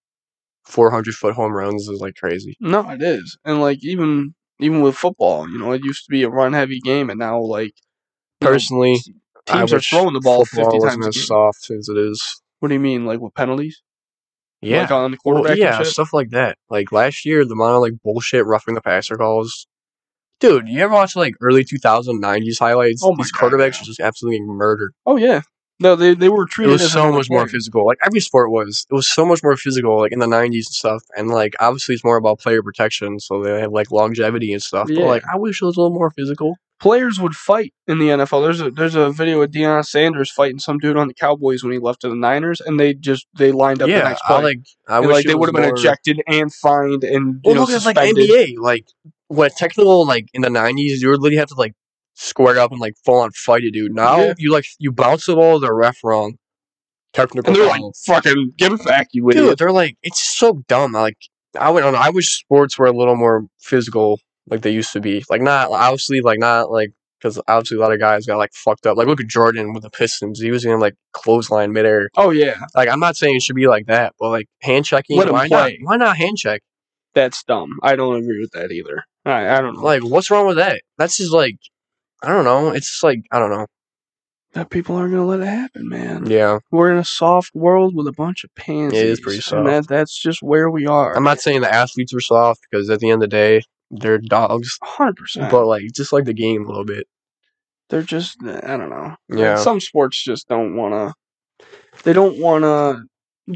four hundred foot home runs is like crazy. No, it is, and like even even with football, you know, it used to be a run heavy game, and now like you know, Personally, I teams are wish throwing the ball football fifty wasn't times. A as game. soft as it is. What do you mean, like with penalties? Yeah, like on the Well, quarterback. and yeah, shit? stuff like that. Like last year, the amount of like bullshit roughing the passer calls. Dude, you ever watch like early 2090s highlights? Oh my These God, quarterbacks yeah. are just absolutely getting murdered. Oh yeah, no, they they were It treated was as so another much more game. physical. Like every sport was. It was so much more physical, like in the 90s and stuff. And like obviously, it's more about player protection, so they have like longevity and stuff. Yeah. But like, I wish it was a little more physical. Players would fight in the NFL. There's a there's a video of Deion Sanders fighting some dude on the Cowboys when he left to the Niners, and they just they lined up the yeah, next play. I like. I And, wish like it they was would have been more- ejected and fined and you Well, know look at like suspended. NBA, like what technical like in the nineties, you would literally have to like square up and like fall and fight a dude. Now Yeah. you like you bounce the ball, the ref wrong, technical and they're like, foul. "Fucking give it back, you dude, idiot!" they're like it's so dumb. Like I would, I, don't know, I wish sports were a little more physical, like they used to be. Like not obviously, like not like because obviously a lot of guys got like fucked up. Like look at Jordan with the Pistons, he was in like clothesline midair. Oh yeah, Like I'm not saying it should be like that, but like hand checking, Let 'em why play. not? Why not hand check? that's dumb. I don't agree with that either. I I don't know. Like, what's wrong with that? That's just like, I don't know. It's just like, I don't know. that people aren't gonna let it happen, man. Yeah. We're in a soft world with a bunch of pansies. pretty And that, that's just where we are. I'm not saying the athletes were soft because at the end of the day, they're dogs. hundred percent. But like, just like the game a little bit. they're just I don't know. Yeah. Uh, Some sports just don't wanna they don't wanna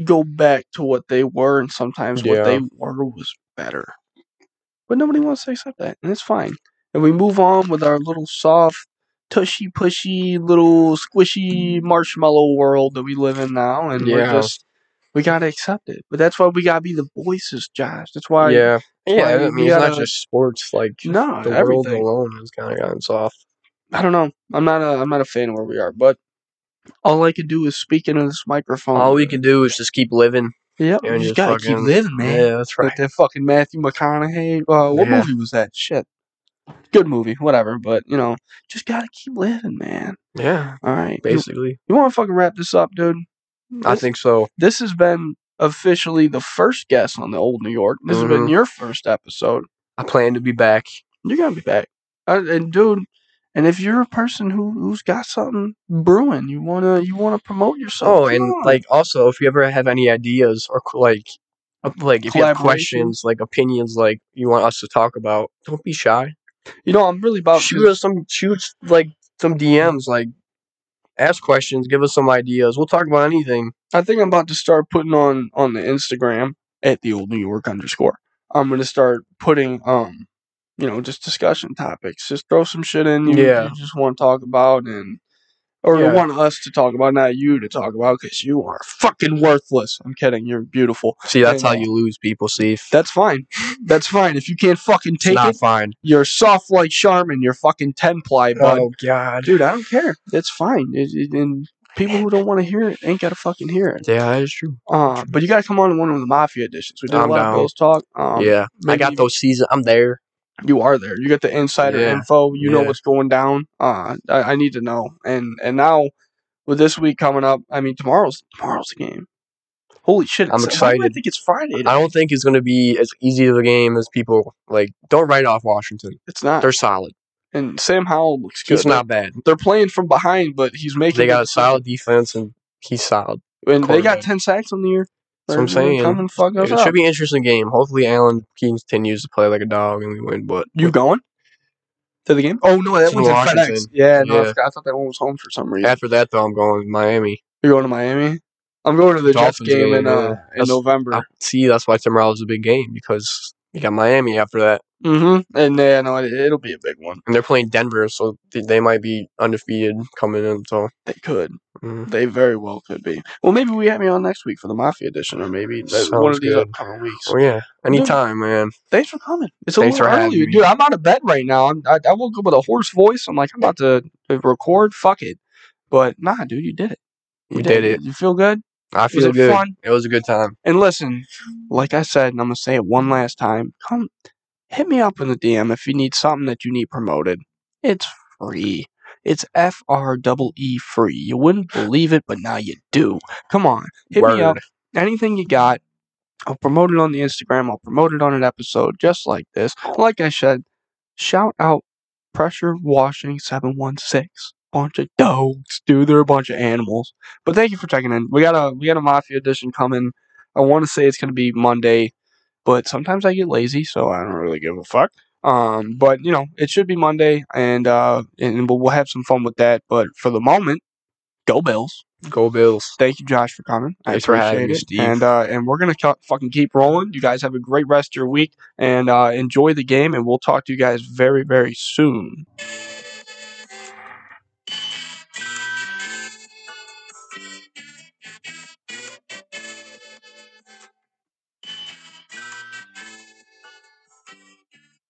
go back to what they were and sometimes Yeah. what they were was better. But nobody wants to accept that, and it's fine. And we move on with our little soft, tushy pushy, little squishy marshmallow world that we live in now and we're Yeah. just we gotta accept it. But that's why we gotta be the voices, Josh. That's why yeah. Yeah. why I we mean, it's gotta- not just sports. Like, no the world everything. alone has kind of gotten soft. I don't know. I'm not a I'm not a fan of where we are, but all I could do is speak into this microphone. All we can do is just keep living. Yep, Yeah, you just just gotta keep fucking- living, man. Yeah, that's right. Like that fucking Matthew McConaughey. Uh, what Yeah. movie was that? Shit. Good movie, whatever. But you know, just gotta keep living, man. Yeah. All right. You, Basically, you want to fucking wrap this up, dude? This, I think so. this has been officially the first guest on the old New York. This has been Mhm. your first episode. I plan to be back. You're gonna be back. Uh, and dude, and if you're a person who who's got something brewing, you wanna you wanna promote yourself. Oh, come and on. like also, if you ever have any ideas or qu- like, uh, like if you have questions, like opinions, like you want us to talk about, don't be shy. you know, I'm really about shoot us some, shoot like some DMs, like ask questions, give us some ideas. We'll talk about anything. I think I'm about to start putting on on the Instagram at the old New York underscore. I'm gonna start putting um, you know, just discussion topics. Just throw some shit in you, Yeah. you just want to talk about and or Yeah. want us to talk about, not you to talk about, because you are fucking worthless. I'm kidding. You're beautiful. See, that's And, how uh, you lose people. See, if That's fine. That's fine. If you can't fucking it's take not it, fine. you're soft like Charmin. You're fucking ten ply, bud. Oh God. Dude, I don't care. It's fine. It, it, and people who don't want to hear it ain't gotta fucking hear it. Yeah, that is true. Uh, but you got to come on one of the mafia editions. We did I'm a lot down. of Bills talk. Um, yeah, I got maybe- those seasons. I'm there. you are there. You get the insider Yeah. info. You know Yeah. what's going down. Uh, I, I need to know. And and now with this week coming up, I mean tomorrow's tomorrow's the game. Holy shit! I'm it's- why do I excited. think it's Friday. I today? don't think it's gonna be as easy of a game as people like. Don't write off Washington. It's not. They're solid. and Sam Howell looks good. It's not bad. They're playing from behind, but he's making. They good got a decisions. solid defense, and he's solid. And they got quarterback. ten sacks on the year. That's what They're I'm gonna Come saying. and fuck us It up. should be an interesting game. Hopefully, Allen continues to play like a dog and we win. But you going to the game? Oh no, that It's in one's in Washington. FedEx. Yeah, no, I Yeah. forgot- I thought that one was home for some reason. after that, though, I'm going Miami. You're going to Miami. I'm going to the Dolphins Jets game, game, in yeah. uh, in That's- November. I see that's why tomorrow's a big game because you got Miami after that, Mm-hmm. And yeah, no, it, it'll be a big one. and they're playing Denver, so th- they might be undefeated coming in. So They could. mm. They very well could be. Well, maybe we have me on next week for the Mafia edition, or maybe uh, one Sounds of these good. upcoming weeks. well, yeah, anytime, man. Thanks for coming. It's a Thanks little for having early, me. dude. I'm out of bed right now. I'm, I, I woke up with a hoarse voice. I'm like, I'm about to to record. Fuck it. But nah, dude, you did it. You did it. You feel good? I Was feel it good. fun? It was a good time. And listen, like I said, and I'm gonna say it one last time. Come, hit me up in the DM if you need something that you need promoted. It's free. It's F R double E free. You wouldn't believe it, but now you do. Come on, hit me up. Anything you got, I'll promote it on the Instagram. I'll promote it on an episode just like this. Like I said, shout out pressure washing seven one six. Bunch of dogs, dude. They're a bunch of animals. But thank you for checking in. We got a we got a mafia edition coming. I want to say it's gonna be Monday, but sometimes I get lazy, so I don't really give a fuck. Um, but you know, it should be Monday, and uh, and we'll, we'll have some fun with that. But for the moment, go Bills. Go Bills. Thank you, Josh, for coming. I Thanks for having appreciate me, it. Steve. And uh, and we're gonna cu- fucking keep rolling. You guys have a great rest of your week and uh, enjoy the game. And we'll talk to you guys very very soon.